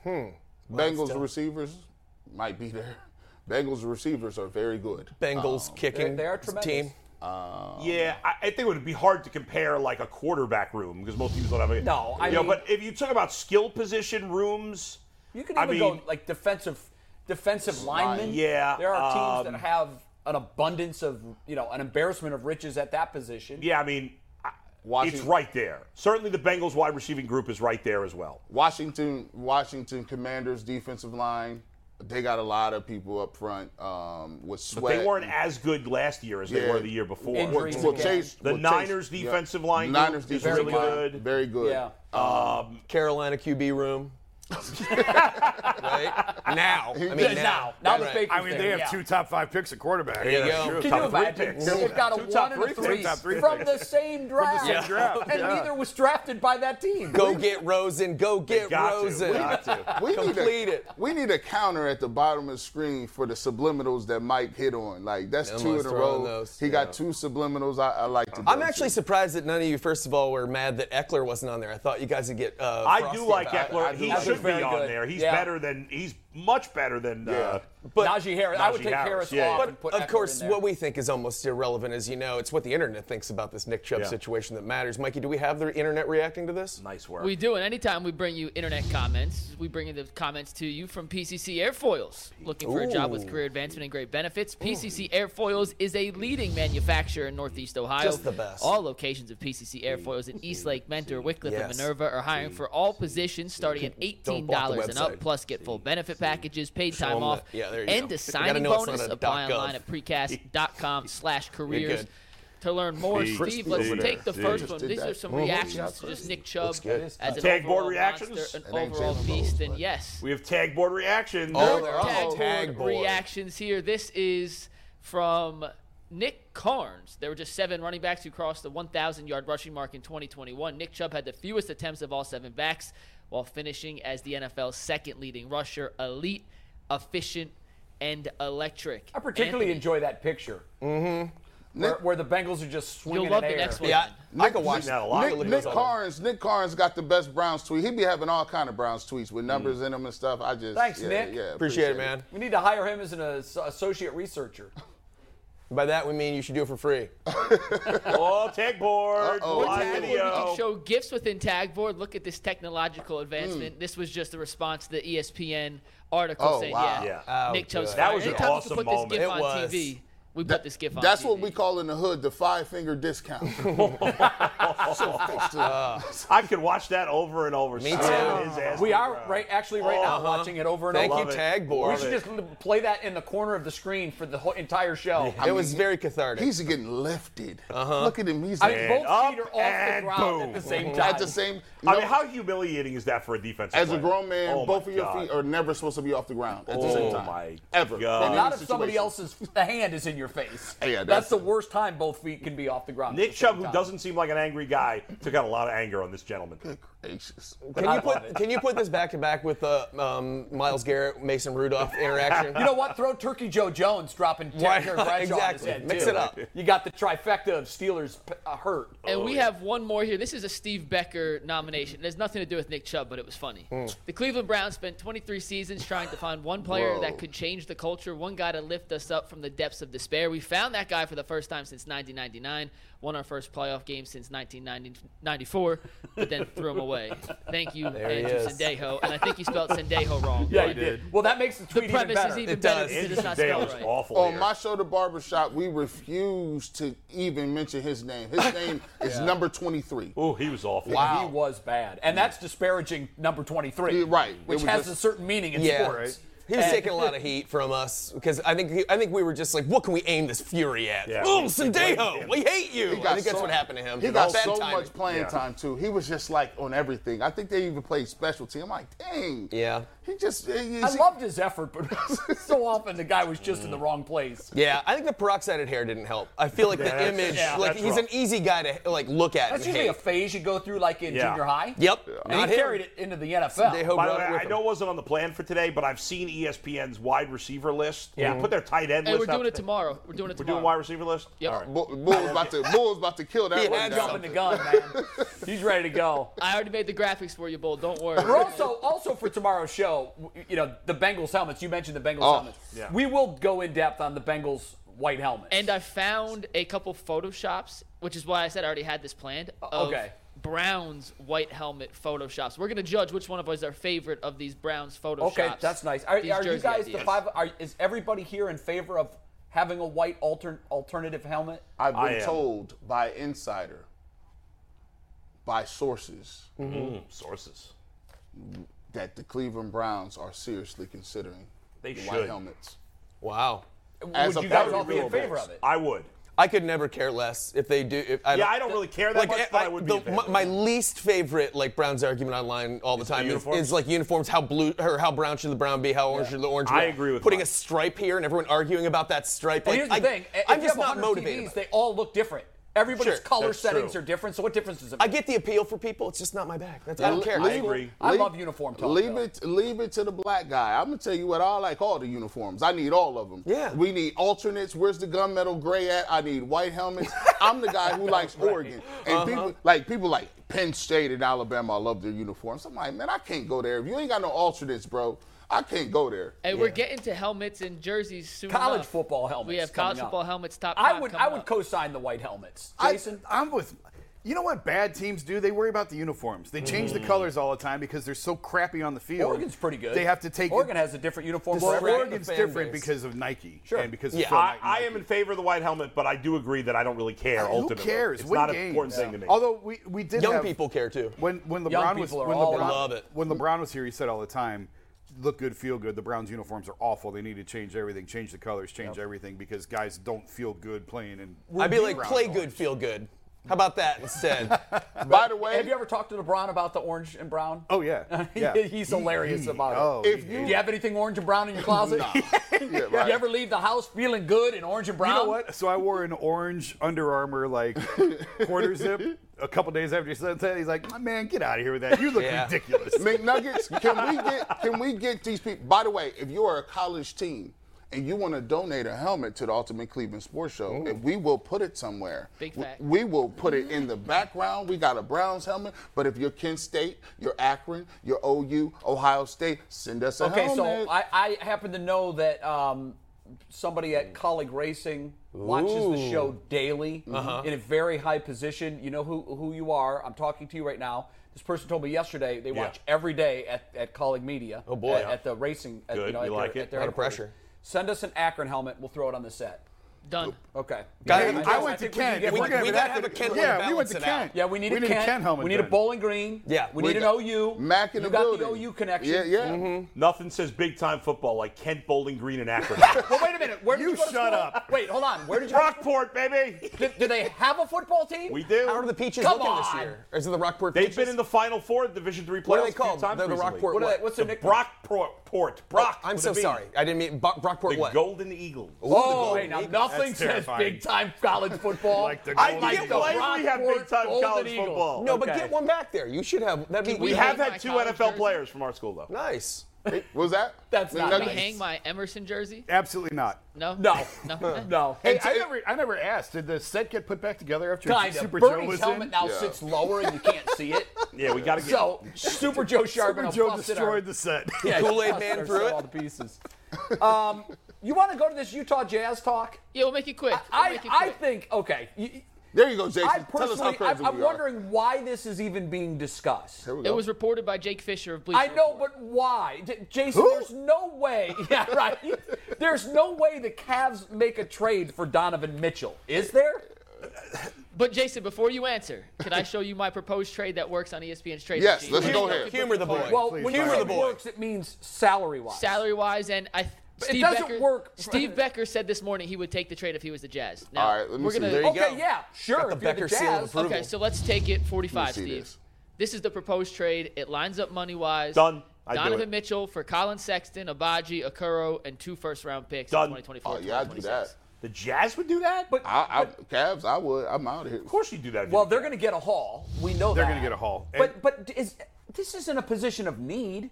S5: Bengals receivers might be there. Bengals receivers are very good. Um,
S4: Bengals kicking
S3: they are tremendous.
S4: team.
S3: Um,
S7: Yeah, I, I think it would be hard to compare like a quarterback room because most teams don't have a.
S3: No, I
S7: You know,
S3: mean-
S7: but if you talk about skill position rooms,
S3: You can
S7: I
S3: even
S7: mean-
S3: go like defensive defensive linemen.
S7: Yeah,
S3: there are teams
S7: um,
S3: that have an abundance of you know an embarrassment of riches at that position.
S7: yeah, I mean, I- it's
S5: Washington-
S7: right there. Certainly, the Bengals wide receiving group is right there as well.
S5: Washington, Washington Commanders defensive line. They got a lot of people up front um, with
S7: But
S5: sweat.
S7: they weren't as good last year as they
S5: Yeah.
S7: were the year before.
S5: Well,
S3: Injuries
S5: well,
S3: again.
S5: Chase-
S7: The
S5: well, Chase-
S7: Niners
S5: yeah.
S7: defensive line
S5: Niners
S7: group is
S5: defensive
S7: really
S5: line,
S7: good. Um,
S5: very good. Uh,
S3: Yeah.
S4: Carolina QB room. right? Now. I mean,
S5: Yeah,
S4: now.
S3: Now
S4: Right.
S3: the Baker's
S6: I mean, they
S3: there,
S6: have
S3: yeah.
S6: two top five picks at quarterback.
S4: There you Yeah, go. that's
S3: Can
S7: top
S3: you
S7: three
S3: imagine?
S7: picks.
S3: They've got a
S6: Two top
S3: one and a
S6: three
S3: three
S6: picks. Top three
S3: from
S6: picks.
S3: the same draft,
S6: same draft,
S3: and
S6: yeah.
S3: neither was drafted by that team.
S4: Go get Rosen. Go get
S7: got to.
S4: Rosen.
S6: Got to.
S5: We
S4: Complete
S5: need a,
S4: it.
S5: We need a counter at the bottom of the screen for the subliminals that Mike hit on. Like that's two
S4: Elmo's
S5: in a
S4: throwing
S5: row.
S4: those,
S5: he
S4: yeah.
S5: got two subliminals. I, I like to.
S4: I'm
S5: go
S4: actually
S5: to.
S4: surprised that none of you, first of all, were mad that Eckler wasn't on there. I thought you guys would get. Uh,
S7: I
S4: frosty
S7: do like
S4: about it.
S7: Eckler.
S5: I do
S7: He
S5: like him.
S7: should be
S3: Uh, Very
S7: on
S3: good.
S7: there. He's
S3: Yeah.
S7: better than he's much better than. Uh,
S4: But-
S3: Najee Harris. I would
S7: Najee
S3: take
S7: Harris,
S3: Harris,
S7: yeah.
S3: off
S7: But,
S3: and put
S4: of
S3: Eckler in
S4: course,
S3: there.
S4: what we think is almost irrelevant, as you know. It's what the internet thinks about this Nick Chubb
S7: Yeah.
S4: situation that matters. Mikey, do we have the internet reacting to this?
S7: nice work.
S8: We do, and anytime we bring you internet comments, we bring in the comments to you from PCC Airfoils. Looking for a job with career advancement and great benefits, PCC Airfoils is a leading manufacturer in Northeast Ohio.
S4: Just the best.
S8: All locations of PCC Airfoils in Eastlake, Mentor, Wickliffe,
S4: Yes.
S8: and Minerva are hiring for all positions starting at
S4: Don't
S8: $18
S4: block the
S8: and up,
S4: website.
S8: plus get full benefit packages, paid
S4: Show 'em
S8: time off,
S4: that- yeah, there you
S8: and
S4: go.
S8: a
S4: You gotta
S8: signing
S4: know it's not
S8: bonus.
S4: a
S8: Apply
S4: .gov.
S8: online at precast.com slash careers.
S4: good.
S8: To learn more,
S7: Steve,
S8: Steve, let's
S7: Steve,
S8: take the
S7: Steve.
S8: first
S7: Just
S8: one.
S5: did
S8: These
S5: that.
S8: are some
S5: Mhm.
S8: reactions to just Nick Chubb
S4: good.
S8: as an
S7: Tag board
S8: overall
S7: reactions?
S8: monster, an
S5: It ain't
S8: overall
S5: Jalen Rose,
S8: beast, and
S5: but-
S8: yes,
S7: We have tag board reaction.
S4: Oh, they're all
S8: tag, board
S4: tag board.
S8: reactions here. This is from Nick Carnes. There were just seven running backs who crossed the 1,000 yard rushing mark in 2021. Nick Chubb had the fewest attempts of all seven backs while finishing as the NFL's second leading rusher, elite, efficient, and electric.
S3: I particularly
S8: Anthony,
S3: enjoy that picture. Mm-hmm. Where, where the Bengals are just swinging
S8: You'll love
S3: in
S8: the
S3: air.
S8: next one.
S4: Yeah, I could watch
S7: that a lot.
S4: I
S5: Nick,
S4: could look at
S5: Nick
S4: this all day.
S5: Carnes, Nick Carnes got the best Browns tweet. He be having all kind of Browns tweets with numbers in them and stuff. I just
S3: Thanks,
S5: yeah,
S3: Nick.
S5: Yeah,
S4: Appreciate it, Mm. man.
S3: We need to hire him as an as- associate researcher.
S4: By that we mean you should do it for free.
S7: Oh, tag board,
S5: Uh-oh.
S7: live
S5: Tag board.
S8: You
S7: video.
S8: can show gifts within Tagboard. Look at this technological
S7: Hmm.
S8: advancement. This was just a response to the E ESPN article
S5: Oh,
S8: saying,
S5: wow.
S8: yeah,
S4: Yeah. Oh,
S8: Nick chose
S4: good.
S7: That was an
S8: Anytime we
S7: awesome
S8: could put
S7: moment.
S8: this
S4: It
S8: gif on
S4: was.
S8: TV, we put this gif on
S5: That's
S8: TV.
S5: what we call in the hood the five finger discount. So fixed it.
S7: I could watch that over and over. Me
S4: too. Uh-huh.
S3: We are right, actually, right now watching it over and
S4: Thank
S3: over.
S4: you, tag board.
S3: We should just l- play that in the corner of the screen for the whole entire
S7: Oh,
S3: show.
S4: it was very cathartic.
S5: He's getting lifted.
S7: Uh-huh.
S5: Look at him. He's
S3: I mean, both
S7: up
S3: feet are off the
S7: and
S3: ground
S7: boom.
S3: at the same time.
S5: at the same.
S7: Oh. I
S5: no,
S7: mean, how humiliating is that for a defensive
S5: as a
S7: player?
S5: grown man,
S7: Oh,
S5: both
S7: my
S5: of your
S7: God.
S5: feet are never supposed to be off the ground at the
S7: Oh,
S5: same time.
S7: my
S5: Ever.
S7: God.
S5: In any
S3: Not if somebody
S5: situation.
S3: else's the hand is in your face.
S5: Yeah,
S3: that's,
S5: that's-
S3: the worst time both feet can be off the ground.
S7: Nick
S3: at the same
S7: Chubb, who
S3: time.
S7: doesn't seem like an angry guy, took out a lot of anger on this gentleman.
S5: Gracious.
S4: Can you put Can you put this back to back with the um, Miles Garrett Mason Rudolph interaction?
S3: You know what? Throw Turkey Joe Jones dropping
S4: Right,
S3: Terry Bradshaw on his
S4: exactly.
S3: head,
S4: Mix
S3: too.
S4: it up.
S3: You got the trifecta of Steelers p- uh, hurt.
S8: And
S7: Oh.
S8: we have one more here. This is a Steve Becker nomination. It has nothing to do with Nick Chubb, but it was funny.
S3: Hmm.
S8: The Cleveland Browns spent 23 seasons trying to find one player that could change the culture, one guy to lift us up from the depths of despair. We found that guy for the first time since 1999, won our first playoff game since 1994, but then threw him away. Thank you,
S4: he
S8: Andrew
S4: is.
S8: Sendejo. And I think you spelled Sendejo wrong.
S3: Yeah, you
S8: but
S3: did. Well, that makes the
S8: The
S3: tweet even
S8: premise
S3: better. Oh,
S8: is even
S4: It
S8: better
S4: does.
S8: because
S7: Andrew
S8: it's not
S7: Dale
S8: spelled
S7: was
S8: right.
S7: awful.
S5: On
S7: here.
S5: my show, the barbershop, we refuse to even mention his name. His name is number 23.
S7: Ooh, he was awful.
S3: Wow. He was bad. And that's disparaging number 23.
S5: Yeah, right. It
S3: Which
S5: was
S3: has
S5: just-
S3: a certain meaning in
S4: Yeah,
S3: sports.
S4: he was
S3: And-
S4: taking a lot of heat from us because I think he, I think we were just like, what can we aim this fury at?
S7: Yeah.
S4: Ooh, Sendejo, we hate you. I think that's
S5: so-
S4: what happened to him.
S5: He
S4: It
S5: got
S4: was bad
S5: so
S4: timing.
S5: much playing
S7: Yeah.
S5: time too. He was just like on everything. I think they even played specialty. I'm like, dang.
S4: Yeah.
S5: He just. He,
S3: I
S5: he-
S3: loved his effort, but so often the guy was just in the wrong place.
S4: Yeah, I think the peroxided hair didn't help. I feel like the
S7: that's-
S4: image,
S7: yeah,
S4: like
S7: that's
S4: he's
S7: rough.
S4: an easy guy to like look at.
S3: That's
S4: and
S3: usually a
S4: hate.
S3: phase you go through, like in
S7: Yeah.
S3: junior high.
S4: Yep,
S3: And
S4: not
S3: he
S4: him.
S3: carried it into the NFL.
S4: Sendejo
S7: By the
S4: brought
S7: way,
S4: it with
S7: I
S4: him.
S7: know it wasn't on the plan for today, but I've seen E ESPN's wide receiver list. Yeah. Put their tight end
S8: And we're
S7: list out
S8: doing it
S7: today.
S8: tomorrow. We're doing it
S7: We're
S8: tomorrow.
S7: doing wide receiver list?
S8: Yep.
S5: Bull, Bull's about to. Bull's about to kill that
S4: He
S5: one.
S4: had
S5: down.
S3: Jumping the gun, man. He's ready to go.
S8: I already made the graphics for you, Bull. Don't worry.
S3: We're also also for tomorrow's show, w- you know, the Bengals helmets. You mentioned the Bengals
S5: Oh.
S3: helmets.
S7: yeah.
S3: We will go in depth on the Bengals white helmets.
S8: And I found a couple photoshops, which is why I said I already had this planned. Of
S3: Oh, okay.
S8: Brown's white helmet photoshops. We're gonna judge which one of us is our favorite of these Browns photoshops.
S3: okay, that's nice. Are,
S8: These
S3: are you
S8: jersey
S3: guys the
S8: ideas.
S3: five? Are, is everybody here in favor of having a white altern, alternative helmet?
S5: I've
S7: I
S5: been
S7: am.
S5: told by insider, by sources,
S7: Sources.
S5: that the Cleveland Browns are seriously considering
S7: They
S5: the
S7: should.
S5: white helmets.
S4: Wow,
S5: As
S3: Would
S5: a
S3: you guys
S5: favorite
S3: all be in
S5: group.
S3: favor of it?
S7: I would.
S4: I could never care less if they do. If I
S7: Yeah, I don't really care that
S4: like, eh,
S7: much, but I would be
S4: the-
S7: in favor.
S4: my, my least favorite like Brown's argument online all the time is,
S7: uniforms?
S4: is, like uniforms. How blue or how brown should the brown be? How orange should the orange be?
S7: I agree with
S4: putting
S7: mine.
S4: a stripe here and everyone arguing about that stripe.
S3: And
S4: like,
S3: here's the
S4: I,
S3: thing: eh, if
S4: I'm
S3: you
S4: just
S3: have
S4: not
S3: 100
S4: motivated.
S3: TVs,
S4: by
S3: they
S4: it.
S3: all look different. Everybody's
S4: Sure,
S3: color
S7: that's
S3: settings
S7: true.
S3: are different. So what difference does it
S4: I
S3: make?
S4: get the appeal for people. It's just not my bag. That's, I don't care.
S5: Leave-
S7: agree.
S3: I
S5: leave-
S3: love uniform talk,
S5: Leave
S3: though.
S5: it, leave it to the black guy. I'm gonna tell you what. I like all the uniforms. I need all of them.
S4: Yeah.
S5: We need alternates. Where's the gunmetal gray at? I need white helmets. I'm the guy who likes Oregon. And people like people like Penn State and Alabama. I love their uniforms. I'm like, man, I can't go there. If you ain't got no alternates, bro, I can't go there.
S8: And we're getting to helmets and jerseys soon.
S3: college
S8: enough.
S3: football helmets.
S8: We have college
S3: coming up.
S8: football helmets top.
S3: I
S8: five
S3: would I
S8: coming
S3: would
S8: up.
S3: co-sign the white helmets.
S6: I-
S3: Jason,
S6: I'm with. You know what bad teams do? They worry about the uniforms. They change the colors all the time because they're so crappy on the field.
S3: Oregon's pretty good.
S6: They have to take.
S3: Oregon has a different uniform.
S4: This
S3: for
S4: is
S3: every-
S4: Oregon.
S6: Oregon's
S4: fan
S6: different
S4: base.
S6: because of Nike.
S3: Sure.
S6: and because
S4: Yeah.
S6: of Phil
S7: I,
S6: Knight and
S7: I
S6: Nike.
S7: am in favor of the white helmet, but I do agree that I don't really care ultimately.
S6: Who cares?
S7: It's
S6: Win
S7: not an
S6: games.
S7: important thing to me.
S6: Although we, we did
S4: Young
S6: have-
S4: people care too.
S6: When when LeBron
S3: Young
S6: was
S3: people are
S6: when
S3: all
S6: LeBron,
S4: Love it.
S6: when LeBron was here, he said all the time, "Look good, feel good." The Browns' uniforms are awful. They need to change everything, change the colors, change everything because guys don't feel good playing. And
S4: I'd be like, play good, feel good. How about that instead?
S5: By the way,
S3: Have you ever talked to LeBron about the orange and brown?
S6: Oh yeah, yeah.
S3: He's hilarious about it.
S6: Oh,
S5: If
S6: he
S5: you-
S3: Do you have anything orange and brown in your closet?
S5: right.
S3: You ever leave the house feeling good in orange and brown?
S6: You know what? So I wore an orange Under Armour like quarter zip a couple days after he said that. He's like, "My man, get out of here with that. You look
S4: Yeah.
S6: ridiculous."
S5: McNuggets, can we get can we get these people? By the way, if you are a college team and you want to donate a helmet to the Ultimate Cleveland Sports Show, and we will put it somewhere.
S8: Big
S5: W-
S8: fact.
S5: We, will put it in the background. We got a Browns helmet, but if you're Kent State, you're Akron, you're OU, Ohio State, send us a
S3: Okay,
S5: helmet.
S3: so I, I happen to know that um, somebody at Colleague Racing watches the show
S4: Ooh.
S3: daily in a very high position. You know who, who you are. I'm talking to you right now. This person told me yesterday they watch every day at, at Colleague Media. Oh
S4: boy.
S3: At, at the racing. At,
S7: Good.
S3: You know,
S7: You
S3: at
S7: like
S3: their,
S7: it?
S3: At their
S4: Out of
S3: headquarters.
S4: pressure.
S3: Send us an Akron helmet. We'll throw it on the set.
S8: Done.
S3: Okay.
S4: Got
S3: Yeah,
S4: it.
S6: I
S3: guess-
S6: went
S3: I
S6: to
S3: think we can
S6: Ken.
S3: get
S4: We-
S3: one.
S4: we gotta have a Ken one
S6: Yeah, we went
S4: balance
S6: to
S4: it out.
S6: Ken.
S3: Yeah, we need,
S6: we
S3: a
S6: need
S3: Kent.
S6: a Ken helmet.
S3: We need a
S6: then.
S3: Bowling Green.
S4: Yeah.
S3: we need an
S5: got
S3: OU.
S5: Mac in
S3: you
S5: the
S3: got
S5: building.
S3: the OU connection.
S5: Yeah, yeah.
S6: Mm-hmm.
S3: Mm-hmm.
S7: Nothing says big time football like Kent Bowling Green and Akron.
S3: Well, wait a minute. Where did you,
S7: You
S3: go to
S7: shut
S3: school?
S7: up.
S3: Wait, hold on. Where did you?
S7: Rockport, baby.
S3: Do, do they have a football team?
S7: We do.
S4: How are the Peaches
S3: Come
S4: looking this
S3: on.
S4: year? Or is it the Rockport
S7: They've
S4: Peaches?
S7: been in the Final Four of Division Three playoffs.
S4: What are they
S7: a few
S4: called?
S7: times
S4: They're the
S7: recently.
S4: Rockport
S3: What are
S4: what?
S3: they, what's their
S7: The
S3: nickname?
S7: Brockport. Port, Brock.
S4: Oh, I'm
S7: with
S4: so
S7: a B.
S4: sorry. I didn't mean Bo- Brockport
S7: The
S4: what?
S7: Golden Eagles.
S3: Oh, wait, now nothing
S6: That's
S3: says
S6: terrifying.
S3: big time college football.
S6: Like the
S7: I
S6: Golden
S7: like
S6: the
S7: why we have
S3: Rockport
S7: big time
S3: Golden
S7: college
S3: Eagles.
S7: football.
S4: No, but
S3: Okay.
S4: get one back there. You should have. That'd be
S7: We
S8: We
S7: have
S8: hate
S7: had
S8: my
S7: two
S8: college
S7: NFL
S8: jersey.
S7: players from our school though.
S4: nice.
S5: Hey, what was that?
S3: That's not
S8: Can
S3: nice.
S8: we hang my Emerson jersey?
S6: Absolutely not.
S8: No.
S3: No.
S8: No.
S3: No.
S6: Hey, I never, I never asked. Did the set get put back together after
S3: Kind of.
S6: Super Joe
S3: Bernie's
S6: was
S3: helmet
S6: in?
S3: now
S5: Yeah.
S3: sits lower and you can't see it.
S7: Yeah, we got to get.
S3: So Super Joe Sharp
S6: Super Joe destroyed the set.
S4: Kool-Aid Man threw it.
S3: All the pieces. Um, you want to go to this Utah Jazz talk?
S8: Yeah, we'll make it quick. We'll
S3: I,
S8: make it
S3: I
S8: quick.
S3: think okay. you-
S5: There you go, Jason.
S3: I
S5: Tell us how
S3: personally, I,
S5: crazy
S3: I'm
S5: we are.
S3: wondering why this is even being discussed.
S5: Here we
S8: It
S5: go.
S8: was reported by Jake Fisher of Bleacher
S3: I know,
S8: Report.
S3: but why, J- Jason?
S5: Who?
S3: There's no way. Yeah, right. there's no way the Cavs make a trade for Donovan Mitchell, is there?
S8: But Jason, before you answer, can I show you my proposed trade that works on E ESPN's trade?
S5: Yes,
S8: machine?
S5: let's go
S4: Humor-
S5: ahead.
S4: Humor the boy.
S3: Well,
S6: please,
S3: when
S6: Humor
S3: you say
S4: the boy.
S3: works, it means salary wise.
S8: salary wise, and I.
S3: it
S8: Steve
S3: doesn't
S8: Becker,
S3: work.
S8: Steve Becker said this morning he would take the trade if he was the Jazz. Now,
S5: All right, let me
S8: we're
S5: see.
S8: gonna-
S5: There you
S3: Okay,
S4: go.
S3: yeah, sure.
S4: Got the
S3: if you're
S4: Becker
S3: the
S4: seal of
S3: Jazz,
S4: approval.
S8: Okay, so let's take it 45,
S5: Let me see
S8: Steve. This.
S5: this.
S8: is the proposed trade. It lines up money wise.
S7: Done. I do
S8: Donovan
S7: it.
S8: Mitchell for Colin Sexton, Abaji, Akuro, and two first round picks in
S7: Done.
S8: 2024.
S5: Oh yeah, I do
S8: 2026.
S5: that.
S7: The Jazz would do that? But of
S5: I, I Cavs, I would. I'm out of here.
S7: course you do that. if
S3: Well,
S7: you-
S3: they're going to get a haul. We know
S6: They're
S3: that.
S6: gonna get a haul.
S3: But but is this isn't a position of need?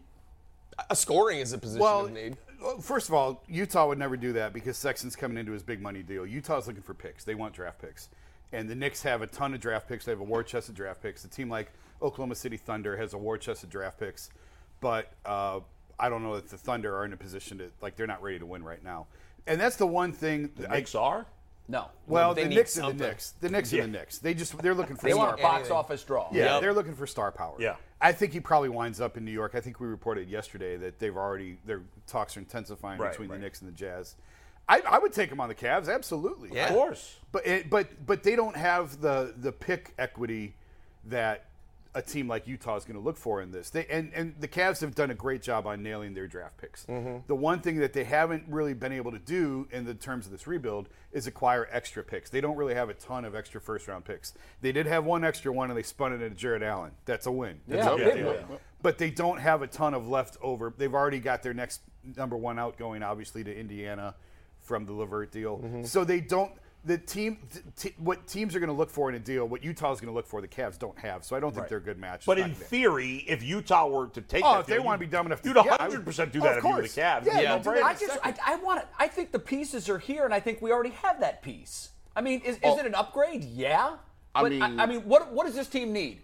S4: a scoring is a position
S6: Well,
S4: of need.
S6: uh, first of all, Utah would never do that because Sexton's coming into his big money deal. Utah's looking for picks; they want draft picks, and the Knicks have a ton of draft picks. They have a war chest of draft picks. A team like Oklahoma City Thunder has a war chest of draft picks, but uh, I don't know that the Thunder are in a position to like they're not ready to win right now. And that's the one thing the
S7: Knicks are.
S3: No.
S6: well,
S4: they
S6: the
S4: need
S6: Knicks and the
S4: something.
S6: Knicks, the Knicks and the Knicks. They just they're looking for
S3: They
S6: star
S3: want a
S6: power.
S3: box office draw.
S6: Yeah,
S4: Yep.
S6: they're looking for star power.
S7: Yeah.
S6: I think he probably winds up in New York. I think we reported yesterday that they've already their talks are intensifying
S7: Right,
S6: between
S7: right.
S6: the Knicks and the Jazz. I, I would take him on the Cavs, absolutely.
S4: Yeah.
S7: Of course.
S6: But it, but but they don't have the the pick equity that a team like Utah is going to look for in this. They and and the Cavs have done a great job on nailing their draft picks.
S3: Mm-hmm.
S6: The one thing that they haven't really been able to do in the terms of this rebuild is acquire extra picks. They don't really have a ton of extra first round picks. They did have one extra one and they spun it into Jared Allen. That's a win. That's
S3: Yeah,
S6: a good
S3: big
S6: deal
S3: win.
S6: but they don't have a ton of left over. They've already got their next number one out going, obviously, to Indiana from the Levert deal.
S7: Mm-hmm.
S6: So they don't. The team, t- t- what teams are going to look for in a deal, what Utah's going to look for, the Cavs don't have. So I don't think they're good matches.
S7: But
S6: back
S7: in
S6: then.
S7: theory, if Utah were to take
S6: Oh,
S7: that
S6: if they
S7: deal,
S6: wanna
S7: you'd-
S6: be dumb enough to-
S7: you'd
S6: yeah, I
S7: 100
S6: would-
S7: percent do
S6: Of
S7: that if you were the
S6: course.
S7: Cavs.
S6: Yeah, Yeah.
S7: no
S6: they'll do
S3: I
S7: brainer.
S3: just I, I want to. I think the pieces are here, and I think we already have that piece. I mean, is, is it an upgrade? Yeah.
S5: Oh. I
S3: But
S5: mean-
S3: I, mean, what what does this team need?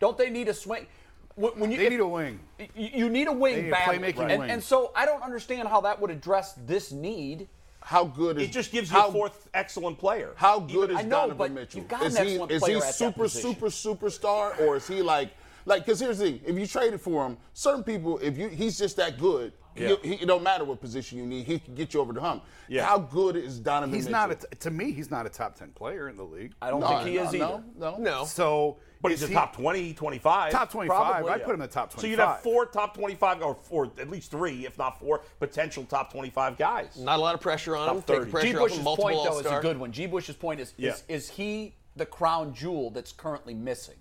S3: Don't they need a swing? When when you,
S6: They
S3: if-
S6: need a wing.
S3: y- You need a wing
S6: They need a
S3: badly.
S6: playmaking
S3: and,
S6: wing.
S3: and so I don't understand how that would address this need.
S5: How good is
S7: It just gives you
S5: how-
S7: a fourth excellent player.
S5: How good
S3: I
S5: is
S3: know,
S5: Donovan
S3: but
S5: Mitchell?
S3: you've got an
S5: is he
S3: excellent
S5: is
S3: player
S5: he
S3: at that
S5: super
S3: position.
S5: super superstar or is he like like? Because here's the thing: if you traded for him, certain people, if you he's just that good, you- he, it don't matter what position you need, he can get you over the hump. How good is Donovan?
S6: He's
S5: Mitchell?
S6: not a t- to me. He's not a top ten player in the league.
S3: I don't
S5: No,
S3: think he
S5: no,
S3: is either.
S5: no, no, no.
S6: So,
S7: But
S6: is
S7: he's a
S6: he-
S7: top 20, 25.
S6: Top twenty-five.
S3: Probably,
S6: I'd
S3: yeah.
S6: put him in the top twenty-five.
S7: So you'd have four top 25, or four, at least three, if not four, potential top 25 guys.
S4: Not a lot of pressure on him. Take
S7: 30.
S3: G.
S4: pressure off
S3: Bush's
S4: him.
S3: point,
S4: Multiple
S3: though, is a
S4: all-star.
S3: good one. G. Bush's point is,
S7: Yeah.
S3: is is he the crown jewel that's currently missing?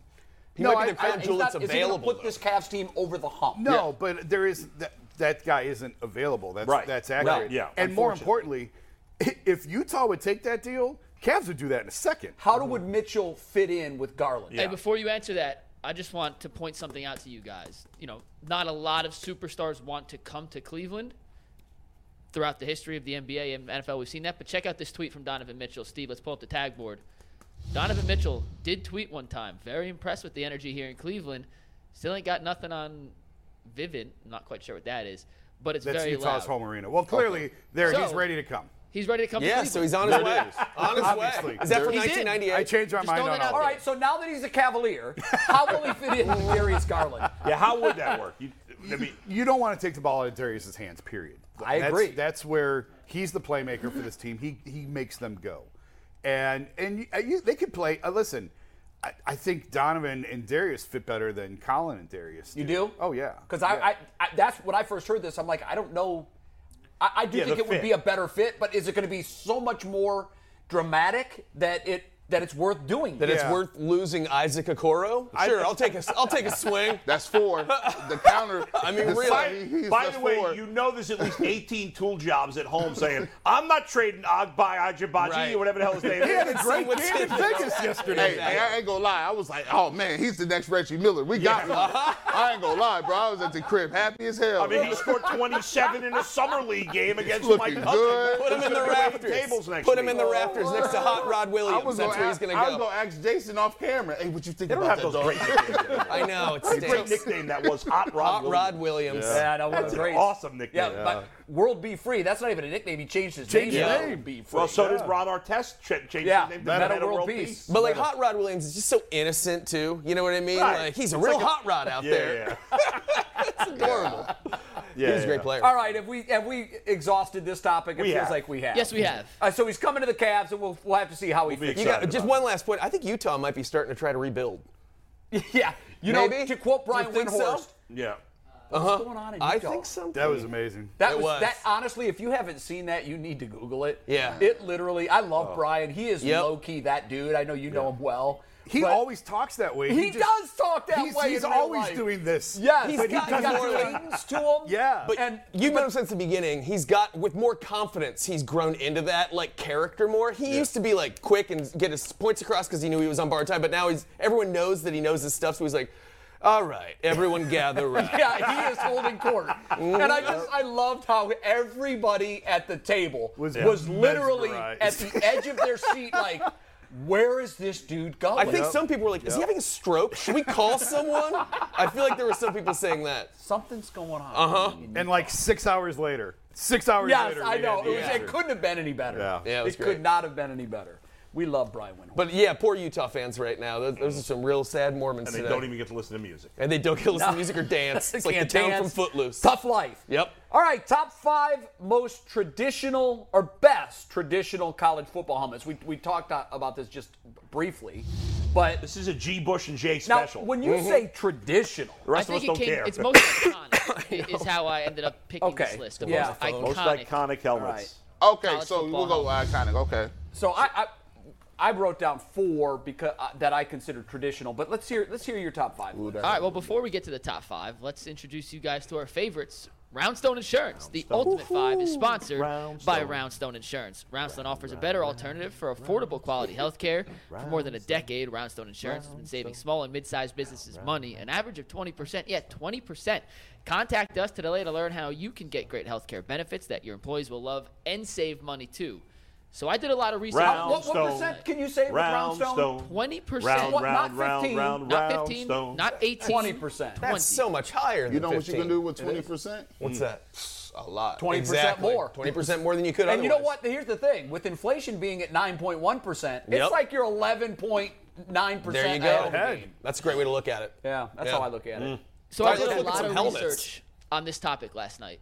S4: He
S6: No,
S4: might be
S6: I-
S4: the crown
S6: I-
S3: He's
S4: jewel
S3: not-
S4: that's
S3: is he going to
S4: available.
S3: put this Cavs team over the hump?
S6: No, but there is that, that guy isn't available. That's
S7: Right.
S6: that's accurate.
S7: Right, yeah,
S6: And more importantly, i- if Utah would take that deal, Cavs would do that in a second.
S3: How do, would Mitchell fit in with Garland?
S8: Hey, before you answer that, I just want to point something out to you guys. You know, not a lot of superstars want to come to Cleveland. Throughout the history of the NBA and NFL, we've seen that. But check out this tweet from Donovan Mitchell. Steve, let's pull up the tag board. Donovan Mitchell did tweet one time, very impressed with the energy here in Cleveland. Still ain't got nothing on Vivid. I'm not quite sure what that is, but it's
S6: That's
S8: very loud.
S6: Utah's home arena. Well, clearly there he's
S8: So-
S6: ready to come.
S8: He's ready to come.
S4: Yeah,
S8: to
S4: so he's on his
S6: There
S4: way.
S6: it is.
S4: On his way.
S6: Obviously.
S4: Is that from
S8: He's in.
S6: I
S4: 1998?
S6: changed my
S8: Just
S6: mind
S8: throwing
S6: on
S8: it out
S6: all
S3: All
S6: that.
S3: right, so now that he's a Cavalier, how will he fit in with Darius Garland?
S7: Yeah, how would that work? You, I mean,
S6: You don't want to take the ball out of Darius's hands, period.
S3: I
S6: That's-
S3: agree.
S6: That's where he's the playmaker for this team. He he makes them go, and and you, uh, you, they could play. Uh, listen, I, I think Donovan and Darius fit better than Colin and Darius.
S3: You do?
S6: Oh yeah.
S3: Because I, I, I, that's when I first heard this. I'm like, I don't know. I, I do
S7: Yeah,
S3: think
S7: the
S3: it would
S7: fit.
S3: be a better fit, but is it going to be so much more dramatic that it that it's worth doing?
S4: That it's
S6: Yeah.
S4: worth losing Isaac Okoro? Sure, I'll take a, I'll take a swing.
S5: That's four. The counter.
S4: I mean,
S5: the
S4: really.
S5: side,
S7: by,
S5: he's-
S7: by
S5: that's
S7: the way,
S5: four.
S7: you know there's at least 18 tool jobs at home saying, I'm not trading Agbai Ajibaji
S4: Right.
S7: or whatever the hell his name
S6: He had a
S7: is.
S6: great
S4: What's
S6: game in
S4: in-
S6: Vegas yesterday.
S5: Hey, hey, I ain't gonna lie. I was like, oh man, he's the next Reggie Miller. We got him. I ain't gonna lie, bro. I was at the crib, happy as hell.
S7: I mean, he scored 27 in a summer league game against
S5: Looking
S7: Mike Hudson.
S5: good.
S4: Put him in the
S7: Tables
S4: rafters.
S7: next
S4: Put him
S7: week.
S4: in the rafters next to Hot Rod
S5: I
S4: Williams.
S5: was
S4: That's
S5: gonna,
S4: where he's
S5: ask,
S4: going
S5: I was
S4: to go.
S5: gonna ask Jason off camera. Hey, what you think
S7: They don't
S5: about that?
S7: have those
S5: dog?
S7: great nicknames.
S4: I know. It
S7: great
S4: stinks.
S7: nickname that was Hot Rod
S4: Hot
S7: Williams.
S4: Rod Williams.
S3: yeah, no,
S7: That's an
S3: great.
S7: awesome nickname.
S3: Yeah, but World Be Free. That's not even a nickname. He changed his
S6: Changed
S3: name.
S6: his
S3: to
S6: name.
S3: Be Free.
S7: Well, so did Rod Artest ch- change
S3: yeah,
S7: his name to
S3: Meta, World, Peace.
S4: But like Hot Rod Williams is just so innocent too. You know what I mean?
S7: Right.
S4: Like he's a
S7: It's
S4: real
S7: like a-
S4: hot rod out
S7: Yeah,
S4: there.
S7: yeah.
S4: It's adorable.
S6: yeah,
S4: he's a great player.
S3: All right, have we have we exhausted this topic? It
S7: We
S3: feels
S7: have.
S3: like we have.
S8: Yes, we have.
S3: Uh, so he's coming to the Cavs, and we'll, we'll have to see how he
S7: be
S3: fits.
S4: You got just one last point. I think Utah might be starting to try to rebuild.
S3: yeah, you know,
S4: Maybe?
S3: to quote
S4: Do you
S3: Brian
S4: think so?
S3: Windhorst,
S7: Yeah.
S3: what's going on in Utah?
S4: Uh-huh. I think so.
S6: That was amazing.
S3: That
S4: It
S3: was,
S4: was.
S3: that honestly, if you haven't seen that, you need to Google it.
S4: Yeah.
S3: It literally I love Brian. He is
S4: Yep.
S3: low key that dude. I know you know him well.
S6: He
S3: but
S6: always talks that way.
S3: He does talk that
S6: he's,
S3: way
S6: He's
S3: in real
S6: always
S3: life.
S6: doing this.
S3: Yes,
S4: He's
S3: but he's
S4: got-
S3: got,
S4: he's more like-
S3: cadence to him.
S6: Yeah.
S4: But
S3: and
S4: you've known since the beginning, he's got with more confidence. He's grown into that like character more. He used to be like quick and get his points across because he knew he was on bar time. But now he's everyone knows that he knows his stuff. So he's like, all right, everyone gather round.
S3: yeah, he is holding court. and I
S6: Mm-hmm.
S3: just I loved how everybody at the table was,
S6: Was
S3: literally
S6: mesmerized.
S3: at the edge of their seat like where is this dude going?
S4: I think some people were like, is he having a stroke? Should we call someone? I feel like there were some people saying that.
S3: something's going on.
S4: Uh-huh.
S3: Uh huh.
S6: And like six hours later, six hours
S3: Yes,
S6: later.
S3: I
S6: we
S3: know.
S6: had
S3: It,
S6: the
S3: was,
S6: answer.
S3: it couldn't have been any better.
S6: Yeah.
S4: Yeah, it was
S3: it
S4: great.
S3: could not have been any better. We love Brian Windhorst.
S4: But yeah, poor Utah fans right now. Those, those are some real sad Mormons
S7: And they
S4: today.
S7: don't even get to listen to music.
S4: and they don't get to listen to music or dance. It's like the
S3: Can't
S4: town
S3: dance.
S4: from Footloose.
S3: Tough life.
S4: Yep.
S3: All right, top five most traditional or best traditional college football helmets. We, we talked a- about this just briefly, but
S7: This is a G. Bush and J
S3: now
S7: special.
S3: when you
S5: Mm-hmm.
S3: say traditional,
S7: the
S8: I
S7: rest
S8: think
S7: of us
S8: it
S7: don't
S8: came.
S7: care.
S8: It's most iconic. is how I ended up picking
S3: Okay,
S8: this list of
S3: yeah.
S8: most
S3: Most
S8: iconic.
S7: most iconic helmets.
S5: Okay,
S8: College
S5: so
S8: football
S5: we'll go iconic. Okay.
S3: so I, I I wrote down four because uh, that I consider traditional. But let's hear let's hear your top five.
S8: All right. Well, before we get to the top five, let's introduce you guys to our favorites. Roundstone Insurance, the Ultimate Five, is sponsored by Roundstone Insurance. Roundstone offers a better alternative for affordable quality health care. For more than a decade, Roundstone Insurance has been saving small and mid sized businesses money, an average of 20%. Yeah, 20%. Contact us today to learn how you can get great health care benefits that your employees will love and save money too. So I did a lot of research.
S7: Round-
S3: what, what
S7: Roundstone.
S3: percent can you say with
S7: Round
S3: roundstone?
S7: stone.
S8: 20%.
S7: Round,
S3: What, not
S7: round, round,
S3: 15,
S7: round,
S8: Not
S7: round
S8: 15,
S7: stone.
S8: not 18.
S3: 20%.
S4: That's so much higher than
S5: You know what you
S4: 15.
S5: can do with 20%?
S7: Hmm.
S4: What's that? A lot.
S3: 20% more.
S4: 20% more than you could
S3: And you know
S4: otherwise.
S3: what? Here's the thing: with inflation being at 9.1%, it's
S4: Yep.
S3: like you're 11.9%
S4: There you
S3: ahead of the
S4: go.
S3: game.
S4: That's a great way to look at it.
S3: Yeah, that's
S4: Yeah.
S3: how I look at it.
S7: Hmm.
S8: So
S4: All
S8: I
S4: right,
S8: did
S4: let's
S8: a
S4: look at
S8: lot
S4: some
S8: of
S4: helmets.
S8: research on this topic last night.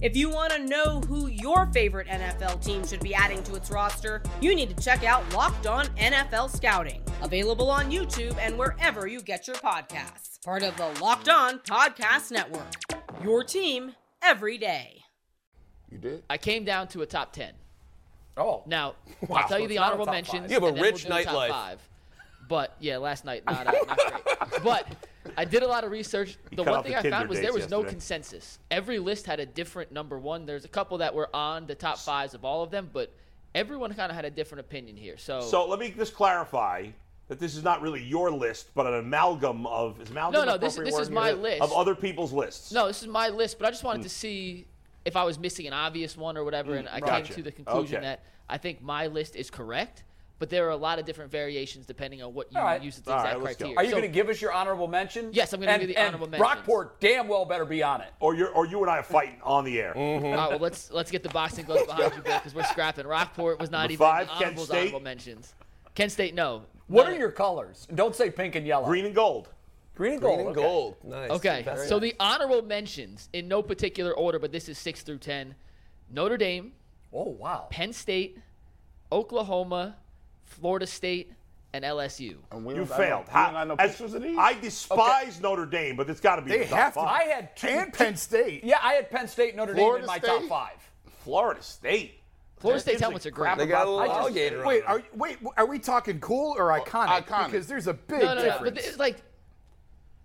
S10: If you want to know who your favorite NFL team should be adding to its roster, you need to check out Locked On NFL Scouting, available on YouTube and wherever you get your podcasts. Part of the Locked On Podcast Network. Your team every day.
S5: You did?
S8: I came down to a top 10.
S3: Oh,
S8: Now,
S3: Wow.
S8: I'll tell you the
S3: It's not a
S8: honorable
S3: top
S8: mentions.
S3: five.
S4: You have a
S8: and then we'll
S4: rich
S8: do the top
S4: nightlife.
S8: Five. But yeah, last night, not, uh, not great. But I did a lot of research. The
S7: cut
S8: one
S7: off
S8: thing
S7: the
S8: I
S7: Tinder
S8: found was there
S7: dates
S8: was no
S7: yesterday.
S8: consensus. Every list had a different number one. There's a couple that were on the top fives of all of them, but everyone kind of had a different opinion here. So,
S7: So let me just clarify. that this is not really your list, but an amalgam of is amalgam
S8: No, no,
S7: an
S8: this-
S7: appropriate
S8: this
S7: word
S8: is my
S7: here?
S8: list.
S7: of other people's lists.
S8: No, this is my list, but I just wanted
S7: Hmm.
S8: to see if I was missing an obvious one or whatever, and I
S7: Hmm. Gotcha.
S8: came to the conclusion
S7: Okay.
S8: that I think my list is correct. But there are a lot of different variations depending on what you
S3: All right.
S8: use as the
S7: All
S8: exact
S7: right, let's go.
S8: criteria.
S3: Are you
S8: So-
S3: going to give us your honorable mention?
S8: Yes, I'm gonna
S3: And-
S8: give you the
S3: and
S8: honorable mentions.
S3: Rockport damn well better be on it.
S7: Or you or you and I are fighting on the air.
S8: All right, well, let's let's get the boxing gloves behind you, Bill, because we're scrapping. Rockport was not
S7: Number
S8: even
S7: five,
S8: in the
S7: Kent
S8: honorables,
S7: State.
S8: honorable mentions. Kent State, no.
S3: What
S8: No.
S3: are your colors? Don't say pink and yellow.
S7: Green and gold.
S3: green and gold.
S4: Green and
S3: okay.
S4: gold. Nice.
S8: Okay,
S4: That's
S8: so the honorable mentions in no particular order, but this is six through ten: Notre Dame,
S3: Oh wow.
S8: Penn State, Oklahoma, Florida State, and LSU.
S5: And we
S7: You
S5: don't got
S7: failed.
S5: No, we
S7: How-
S5: don't got no
S7: as- e-
S5: pictures of these?
S7: I despise Notre Dame, but it's got to be.
S6: They
S7: the top
S6: have to.
S7: five.
S3: I had two.
S6: and Penn State.
S3: Yeah, I had Penn State, Notre
S5: Florida
S3: Dame in my
S5: State?
S3: top five.
S7: Florida State.
S8: Florida
S7: That
S8: State's
S7: gives a
S8: helmets are great.
S7: crap
S4: They got a
S7: about-
S4: little
S7: I just-
S4: alligator on
S6: Wait,
S4: them.
S6: are you- wait, are we talking cool or iconic?
S5: iconic.
S6: Because there's a big
S8: No, no, no.
S6: difference.
S8: But it's like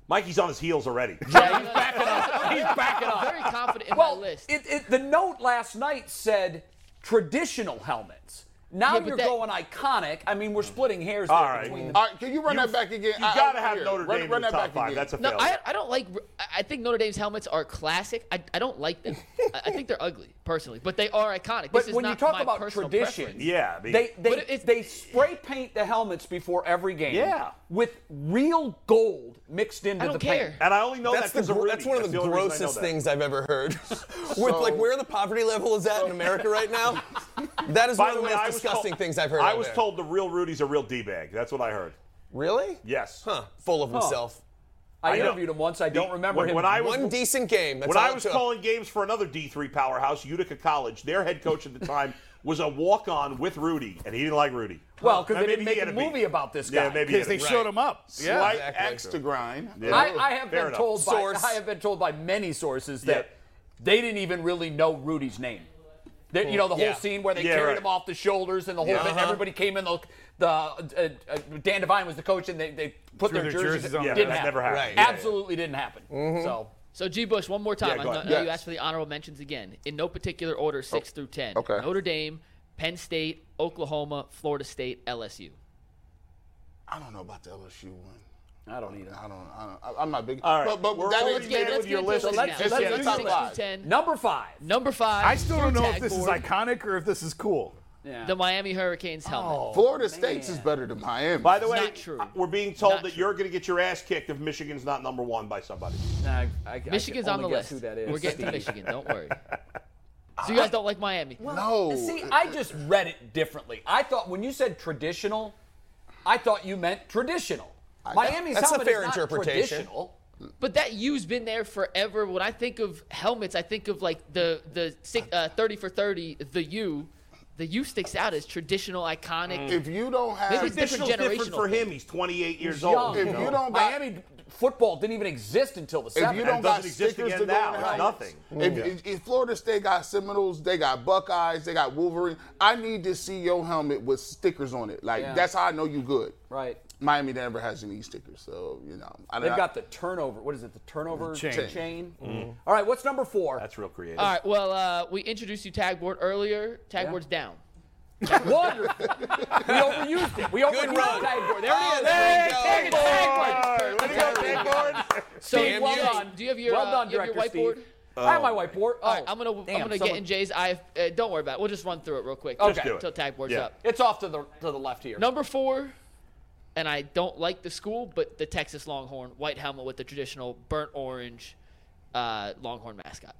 S7: Mikey's on his heels already.
S8: yeah, he's backing up. He's backing up. Very confident in
S3: Well,
S8: my list.
S3: It, it, the note last night said traditional helmets. Now
S8: Yeah, but
S3: you're
S8: that-
S3: going iconic. I mean, we're splitting hairs there
S7: All right.
S3: between the
S5: All right, can you run that back again?
S7: You
S5: I- I
S7: got to
S5: don't
S7: have
S5: hear it.
S7: Notre
S5: Run-
S7: Dame
S5: run
S7: in
S5: that
S7: the top
S5: back
S7: five.
S5: again.
S7: That's a
S8: No,
S7: failure.
S8: I, I don't like. I- I think Notre Dame's helmets are classic. I, I don't like them. I, I think they're ugly, personally, but they are iconic.
S3: But
S8: this is
S3: when you
S8: not
S3: talk
S8: my
S3: about
S8: personal
S3: tradition,
S8: preference.
S7: Yeah, I mean-
S3: they they,
S8: But it's-
S3: they spray paint the helmets before every game.
S7: Yeah.
S3: with real gold mixed into
S8: I don't
S3: the
S8: care.
S3: paint.
S7: and I only know
S4: That's,
S7: that 'cause
S4: the, gr-
S7: Rudy.
S4: that's one of the,
S7: only reason I know
S4: grossest
S7: that.
S4: things I've ever heard. With like where the poverty level is at in America right now, that is
S7: By
S4: one of
S7: the
S4: the
S7: way,
S4: most
S7: I was
S4: disgusting
S7: told-
S4: things I've heard.
S7: I
S4: out
S7: was
S4: there.
S7: told the real Rudy's a real d-bag. That's what I heard.
S4: Really?
S7: Yes.
S4: Huh? Full of himself.
S3: I,
S7: know.
S3: interviewed him once. I don't
S7: The-
S3: remember
S7: when-
S3: him.
S7: when I was-
S4: One decent game. That's
S7: When
S4: all
S7: I
S4: it
S7: was
S4: took.
S7: calling games for another D3 powerhouse, Utica College, their head coach at the time was a walk-on with Rudy, and he didn't like Rudy.
S3: well, because
S7: Now,
S3: they
S7: maybe
S3: didn't make
S7: he
S3: a
S7: had beat.
S3: movie about this guy.
S7: Yeah, maybe he
S6: Because
S7: had a
S6: they
S7: beat.
S6: showed them up. Yeah.
S7: Slight
S4: Exactly.
S7: axe
S5: Extra grind.
S3: I, I have
S7: Oh, Fair
S3: been
S7: enough.
S3: told by
S4: Source.
S3: I have been told by many sources that
S7: Yeah.
S3: they didn't even really know Rudy's name. They- you know the
S4: Yeah.
S3: whole scene where they
S7: Yeah,
S3: carried
S7: right.
S3: him off the shoulders and the whole
S4: Yeah.
S3: bit.
S4: Uh-huh.
S3: Everybody came in. The, the uh, uh, Dan Devine was the coach, and they, they put
S6: Threw
S3: their,
S6: their jerseys on.
S7: Yeah,
S3: Didn't
S7: that
S3: happen.
S7: never happened.
S4: Right.
S7: Yeah, yeah.
S3: Absolutely didn't happen.
S5: Mm-hmm.
S3: So
S8: So, G. Bush, one more time.
S7: Yeah, go
S8: I know, I
S7: ahead.
S8: know you
S5: Yes.
S8: asked for the honorable mentions again, in no particular order, six through ten.
S5: Oh, okay.
S8: Notre Dame, Penn State, Oklahoma, Florida State, LSU.
S5: I don't know about the LSU one.
S3: I don't either.
S5: I don't. I don't Uh, I- I'm not big.
S7: All right.
S5: But, but
S7: We're
S5: that
S7: all
S5: is-
S8: Let's get,
S7: man
S8: let's
S7: with
S8: get
S7: your
S8: into
S7: list.
S8: this
S5: Let's-
S8: now.
S5: let's
S8: Six
S5: do
S8: through
S5: top five.
S8: 10.
S3: Number five.
S8: Number five.
S6: I still don't
S8: your
S6: know if
S8: tag
S6: this is
S8: board,
S6: iconic or if this is cool.
S8: The Miami Hurricanes helmet.
S7: Oh.
S5: Florida State's is better than Miami.
S7: By the way,
S8: Not true.
S7: we're being told
S8: Not
S7: that
S8: true.
S7: you're going to get your ass kicked if Michigan's not number one by somebody.
S3: Nah, I- I can
S8: Michigan's on the
S3: only guess
S8: list.
S3: Who that is.
S8: We're getting to
S3: Steve.
S8: Michigan. Don't worry. So you guys don't like Miami?
S5: no.
S3: See, I just read it differently. I thought when you said traditional, I thought you meant traditional. Miami's
S4: that's a
S3: helmet
S4: fair
S3: is not
S4: interpretation.
S3: traditional.
S8: But that U's been there forever. When I think of helmets, I think of like the the six, uh, thirty for thirty, the U. The U sticks out as traditional, iconic.
S5: if you don't have,
S8: Maybe different
S7: Traditional's different
S8: generational
S7: for
S8: thing.
S7: him. He's 28 years
S3: Young.
S7: old.
S5: if you don't got,
S3: Miami football didn't even exist until the
S5: if
S3: 70s.
S5: you
S7: And
S5: don't
S7: it
S5: got
S7: doesn't exist
S5: stickers
S7: again
S5: to go
S7: now.
S5: on
S7: It's
S5: helmets,
S7: nothing.
S5: If, if, if Florida State got Seminoles, they got Buckeyes, they got Wolverine. I need to see your helmet with stickers on it. Like
S3: Yeah.
S5: that's how I know you good.
S3: Right.
S5: Miami never has any stickers, so you know. I
S3: They've
S5: I-
S3: got the turnover. What is it? The turnover
S6: chain.
S3: chain. All right. What's number four?
S7: That's real creative.
S8: All right. Well, uh, we introduced you tag board earlier. Tag board's down.
S3: Wonderful. we overused it. We
S4: Good
S3: overused
S4: run. Oh,
S3: the tag board. Oh, There it is.
S4: go.
S3: Tag board.
S7: Way to go, Big Board.
S8: So
S4: Damn
S8: well
S4: you.
S8: done. Do you have your,
S3: Well
S8: uh,
S3: done,
S8: you have your
S3: Director
S8: whiteboard?
S3: Steve. I have my whiteboard. Oh,
S8: All right. I'm gonna
S3: damn,
S8: I'm gonna get
S3: someone-
S8: in Jay's. I uh, don't worry about it. We'll just run through it real quick.
S3: Just do it.
S8: Until tag board's
S7: Yeah.
S8: up.
S3: It's off to the to the left here.
S8: Number four, and I don't like the school, but the Texas Longhorn white helmet with the traditional burnt orange uh, Longhorn mascot.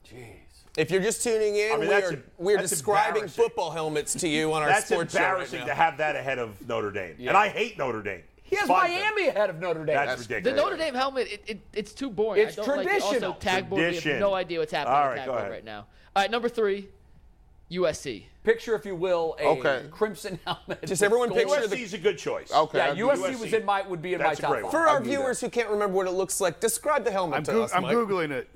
S4: If you're just tuning in,
S7: mean,
S4: we
S7: that's
S4: are,
S7: em-
S4: we're
S7: that's
S4: describing
S7: embarrassing.
S4: football helmets to you on our
S7: That's
S4: sports show. right
S7: embarrassing
S4: now.
S7: to have that ahead of Notre Dame. And I hate Notre Dame.
S3: He has
S7: Fine,
S3: Miami ahead of Notre Dame.
S7: That's,
S8: The
S7: ridiculous.
S8: Notre Dame helmet, it, it, it's too boring.
S3: It's
S8: I don't Like it.
S3: traditional.
S8: Also, tag board, we
S7: Tradition.
S8: have no idea what's happening
S7: All
S8: on
S7: right,
S8: tag
S7: go
S8: board
S7: ahead.
S8: right now. All right, number three, USC.
S3: Picture, if you will, a
S5: Okay.
S3: crimson helmet.
S4: Just everyone
S3: Gold-
S4: picture
S7: USC is a good choice.
S5: Okay.
S3: Yeah,
S5: I do.
S3: USC,
S7: USC.
S3: was in my would be in
S7: That's a
S3: my
S7: great one.
S3: top five.
S4: For our
S5: do that.
S4: viewers who can't remember what it looks like, describe the helmet
S6: I'm,
S4: to
S6: goo-
S4: us,
S6: I'm
S4: Mike.
S6: googling it.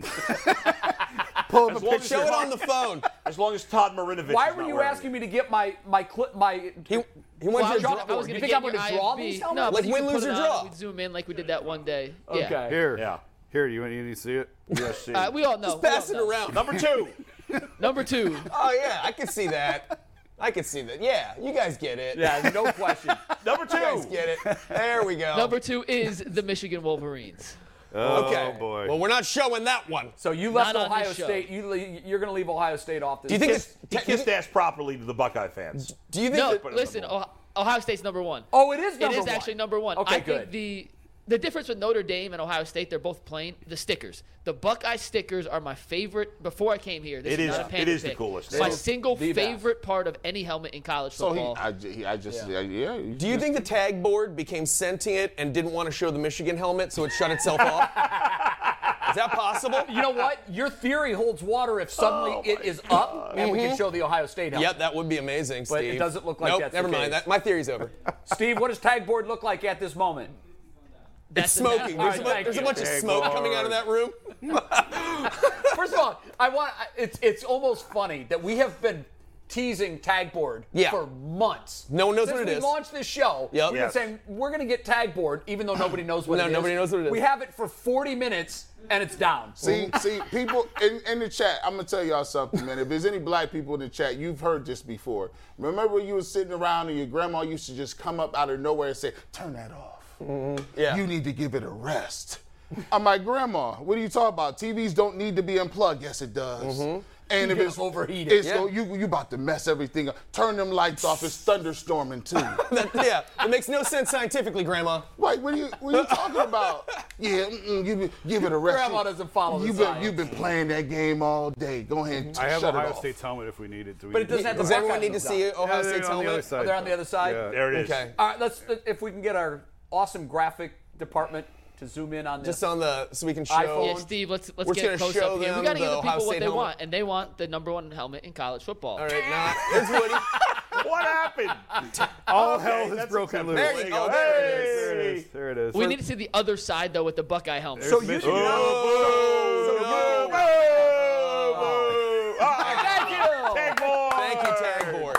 S6: Pull up a
S7: long as
S6: picture.
S4: Show it on the phone.
S7: As long as Todd Marinovich.
S3: Why were you asking me to get my my clip my?
S4: He, he wants
S8: I
S4: you
S8: was
S4: to
S8: gonna- I
S4: draw.
S8: was
S3: You
S8: gonna
S3: think
S8: get
S3: I'm gonna
S8: your
S3: draw
S8: IFB.
S3: these helmets?
S8: No, but
S4: Like
S8: you
S4: win,
S8: can put
S4: lose,
S8: it
S4: or
S8: on
S4: draw.
S8: and We'd zoom in like we did that one day. Yeah.
S3: Okay.
S6: Here.
S7: Yeah.
S6: Here, you want you need to see it? USC.
S8: Uh, we all know. we all
S4: Pass it
S8: know.
S4: around.
S7: Number two.
S8: Number two,
S4: Oh yeah, I can see that. I can see that. Yeah, you guys get it.
S3: Yeah, no question.
S7: Number two.
S4: guys get it. There we go.
S8: Number two is the Michigan Wolverines.
S6: Oh,
S4: okay.
S6: boy.
S4: Well, we're not showing that one.
S3: So you left
S8: Not on
S3: Ohio
S8: this show.
S3: State. You, le- you're going to leave Ohio State off this.
S4: Do you think it's
S7: He kissed ass properly to the Buckeye fans.
S4: Do you think
S8: No,
S4: that-
S8: listen, Ohio, Ohio State's number one.
S3: Oh, it is number
S8: it is
S3: one.
S8: actually number one.
S3: Okay,
S8: I
S3: good.
S8: think the the difference with Notre Dame and Ohio State, they're both plain. The stickers, the Buckeye stickers, are my favorite. Before I came here, this
S7: It
S8: is,
S7: is-
S8: not a
S7: it
S8: panda
S7: is the
S8: pick.
S7: coolest.
S8: My
S7: It is
S8: single
S3: the best.
S8: favorite part of any helmet in college
S5: So he,
S8: football.
S5: I, ju- he, I just, yeah. yeah you
S4: do you
S5: just-
S4: think the tag board became sentient and didn't want to show the Michigan helmet, so it shut itself off? Is that possible?
S3: You know what? Your theory holds water if suddenly it is up and we can show the Ohio State helmet.
S4: Mm-hmm. Yep, that would be amazing, Steve.
S3: But it doesn't look like
S4: nope,
S3: that's the
S4: never
S3: case.
S4: mind. That, my theory's over.
S3: Steve, what does tag board look like at this moment?
S4: it's smoking.
S3: All
S4: There's,
S3: right,
S4: a, bu-
S3: thank
S4: there's a
S3: you.
S4: bunch of
S6: Tag
S4: smoke
S6: board.
S4: coming out of that room.
S3: First of all, I want I- it's it's almost funny that we have been teasing tag board
S4: Yeah.
S3: for months.
S4: No one knows
S3: Since
S4: what it
S3: we
S4: is.
S3: launched this show,
S4: Yep.
S3: we've been
S4: Yes.
S3: saying we're going to get tag board, even though nobody knows what
S4: No,
S3: it is.
S4: nobody knows what it is.
S3: We have it for 40 minutes and it's down.
S5: See, see, people in, in the chat, I'm gonna tell y'all something, man. If there's any black people in the chat, you've heard this before. Remember when you were sitting around and your grandma used to just come up out of nowhere and say, "Turn that off.
S6: Mm-hmm.
S4: Yeah.
S5: You need to give it a rest." I'm like, Grandma, what are you talking about? TVs don't need to be unplugged. Yes, it does.
S4: Mm-hmm.
S5: And if
S3: You're
S5: it's
S3: overheated.
S5: it's
S4: Yeah.
S5: go- you you about to mess everything up. Turn them lights off. It's thunderstorming too.
S4: That- yeah, it makes no sense scientifically, Grandma.
S5: Like, what are you, what are you talking about? Yeah, mm-mm, give, it- give it a rest.
S3: Grandma doesn't follow the
S5: You've been,
S3: science.
S5: you've been playing that game all day. Go ahead
S4: Mm-hmm.
S5: and
S6: I have
S5: shut it
S6: Ohio
S5: off.
S6: State's helmet if we needed to.
S3: But it doesn't have to
S4: Does
S3: Buckeye
S4: everyone need to
S3: comes
S4: see
S6: Yeah,
S4: Ohio
S6: they're
S4: State's
S6: on the other
S4: helmet?
S6: side.
S3: Oh, they're on the other side.
S6: Yeah.
S7: There it is.
S4: Okay.
S3: All right, let's uh, if we can get our awesome graphic department to zoom in on this.
S4: Just on the so we can show.
S3: iPhone.
S8: yeah, Steve, let's let's
S4: We're just
S8: get
S4: gonna
S8: close
S4: show
S8: up here.
S4: them
S8: We gotta give
S4: the
S8: the
S4: Ohio
S8: people what
S4: State
S8: they
S4: helmet.
S8: want, and they want the number one helmet in college football.
S4: All right, now there's Woody.
S7: What happened?
S6: All
S7: Okay,
S6: hell has
S7: that's
S6: broken
S7: acceptable.
S6: loose.
S4: There you go.
S6: There it is.
S7: There
S6: There
S7: it
S6: it is. There it is.
S8: We need to see the other side though with the Buckeye helmet.
S6: So you
S4: Oh, no.
S7: Oh,
S3: Oh. Thank
S7: Ah.
S3: you.
S4: Thank you, tag board.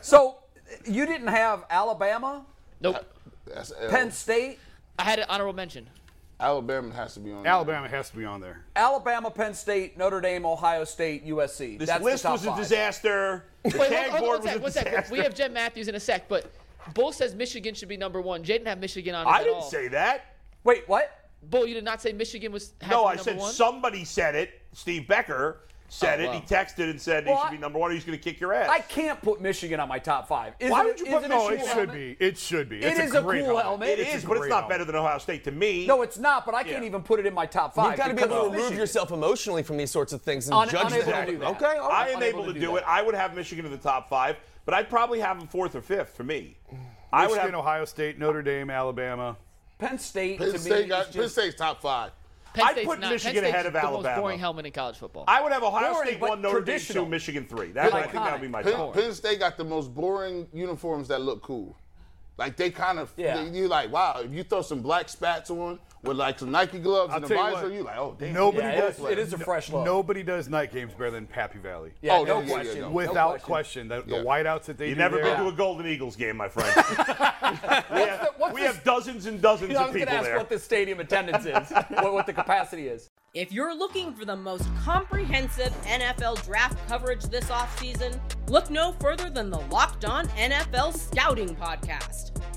S3: So you didn't have Alabama, Uh,
S8: nope,
S5: That's
S3: Penn State,
S8: I had an honorable mention.
S5: Alabama has to be on. there.
S6: Alabama has to be on there.
S3: Alabama, Penn State, Notre Dame, Ohio State, USC.
S7: This
S3: That's
S7: list
S3: the top
S7: was a
S3: five.
S7: disaster. The
S8: Wait,
S7: tag
S8: hold,
S7: board
S8: hold, hold, one
S7: was a
S8: sec, one sec.
S7: disaster.
S8: We have Jen Matthews in a sec, but Bull says Michigan should be number one. Jay didn't have Michigan on it
S7: I
S8: at
S7: didn't
S8: all.
S7: say that.
S3: Wait, what?
S8: Bull, you did not say Michigan was. had
S7: No,
S8: to be
S7: I
S8: number
S7: said
S8: one?
S7: somebody said it. Steve Becker said it. He texted and said
S3: Well,
S7: he
S3: I-
S7: should be number one. or He's going to kick your ass.
S3: Oh, I can't put Michigan on my top five. Is
S7: Why
S3: it-
S7: would you
S3: is
S7: put-
S3: it a
S7: no,
S3: cool
S7: it
S6: It should
S3: helmet?
S6: be. It should be.
S3: It
S6: It's
S3: is a
S6: great
S3: cool helmet.
S7: it
S3: it's
S7: is, but it's
S6: great
S7: not
S6: helmet.
S7: better than Ohio State to me.
S3: No, it's not. But I can't
S7: Yeah.
S3: even put it in my top five.
S4: You've got to be
S3: because
S4: able to
S3: of
S4: remove
S3: Michigan.
S4: yourself emotionally from these sorts of things and
S3: Un-
S4: judge
S3: unable to
S4: them.
S3: do that.
S4: Okay, all right.
S7: I am able to do it. I would have Michigan in the top five, but I'd probably have them fourth or fifth for me. I would
S6: Michigan,
S7: have.
S6: Ohio State, Notre Dame, Alabama.
S3: Penn State. to
S5: Penn
S3: me
S5: State got
S3: is
S5: Penn
S3: just-
S5: State's top five.
S8: Penn
S7: I'd
S8: State's
S7: put
S8: not.
S7: Michigan
S8: Penn State's
S7: ahead of
S8: the most
S7: Alabama.
S8: boring helmet in college football.
S7: I would have Ohio
S3: Boring,
S7: State
S3: but
S7: one, Notre Dame
S3: traditional.
S7: two, Michigan three. That I think that would be my
S3: Iconic.
S7: top.
S5: Penn, Penn State got the most boring uniforms that look cool. Like they kind of,
S3: Yeah.
S5: you like, wow. If you throw some black spats on with like some Nike gloves
S6: I'll
S5: and a
S6: tell you
S5: visor,
S6: what.
S5: you like, oh damn.
S6: Nobody
S3: Yeah, it
S6: does.
S3: is- it is a fresh look.
S6: Nobody does night games better than Pappy Valley.
S3: Yeah,
S5: Oh,
S3: no
S5: yeah, yeah,
S3: question.
S5: yeah, yeah.
S3: No
S6: Without
S3: question.
S6: question, the, the
S5: Yeah.
S6: whiteouts that they
S7: You've
S6: do
S7: never
S6: there,
S7: been to a Golden Eagles game, my friend. we have,
S3: what's
S7: we
S3: this-
S7: have dozens and dozens
S3: You know, I
S7: of
S3: was going
S7: people
S3: to ask
S7: there.
S3: what the stadium attendance is, what, what the capacity is.
S10: If you're looking for the most comprehensive NFL draft coverage this offseason, look no further than the Locked On NFL Scouting Podcast.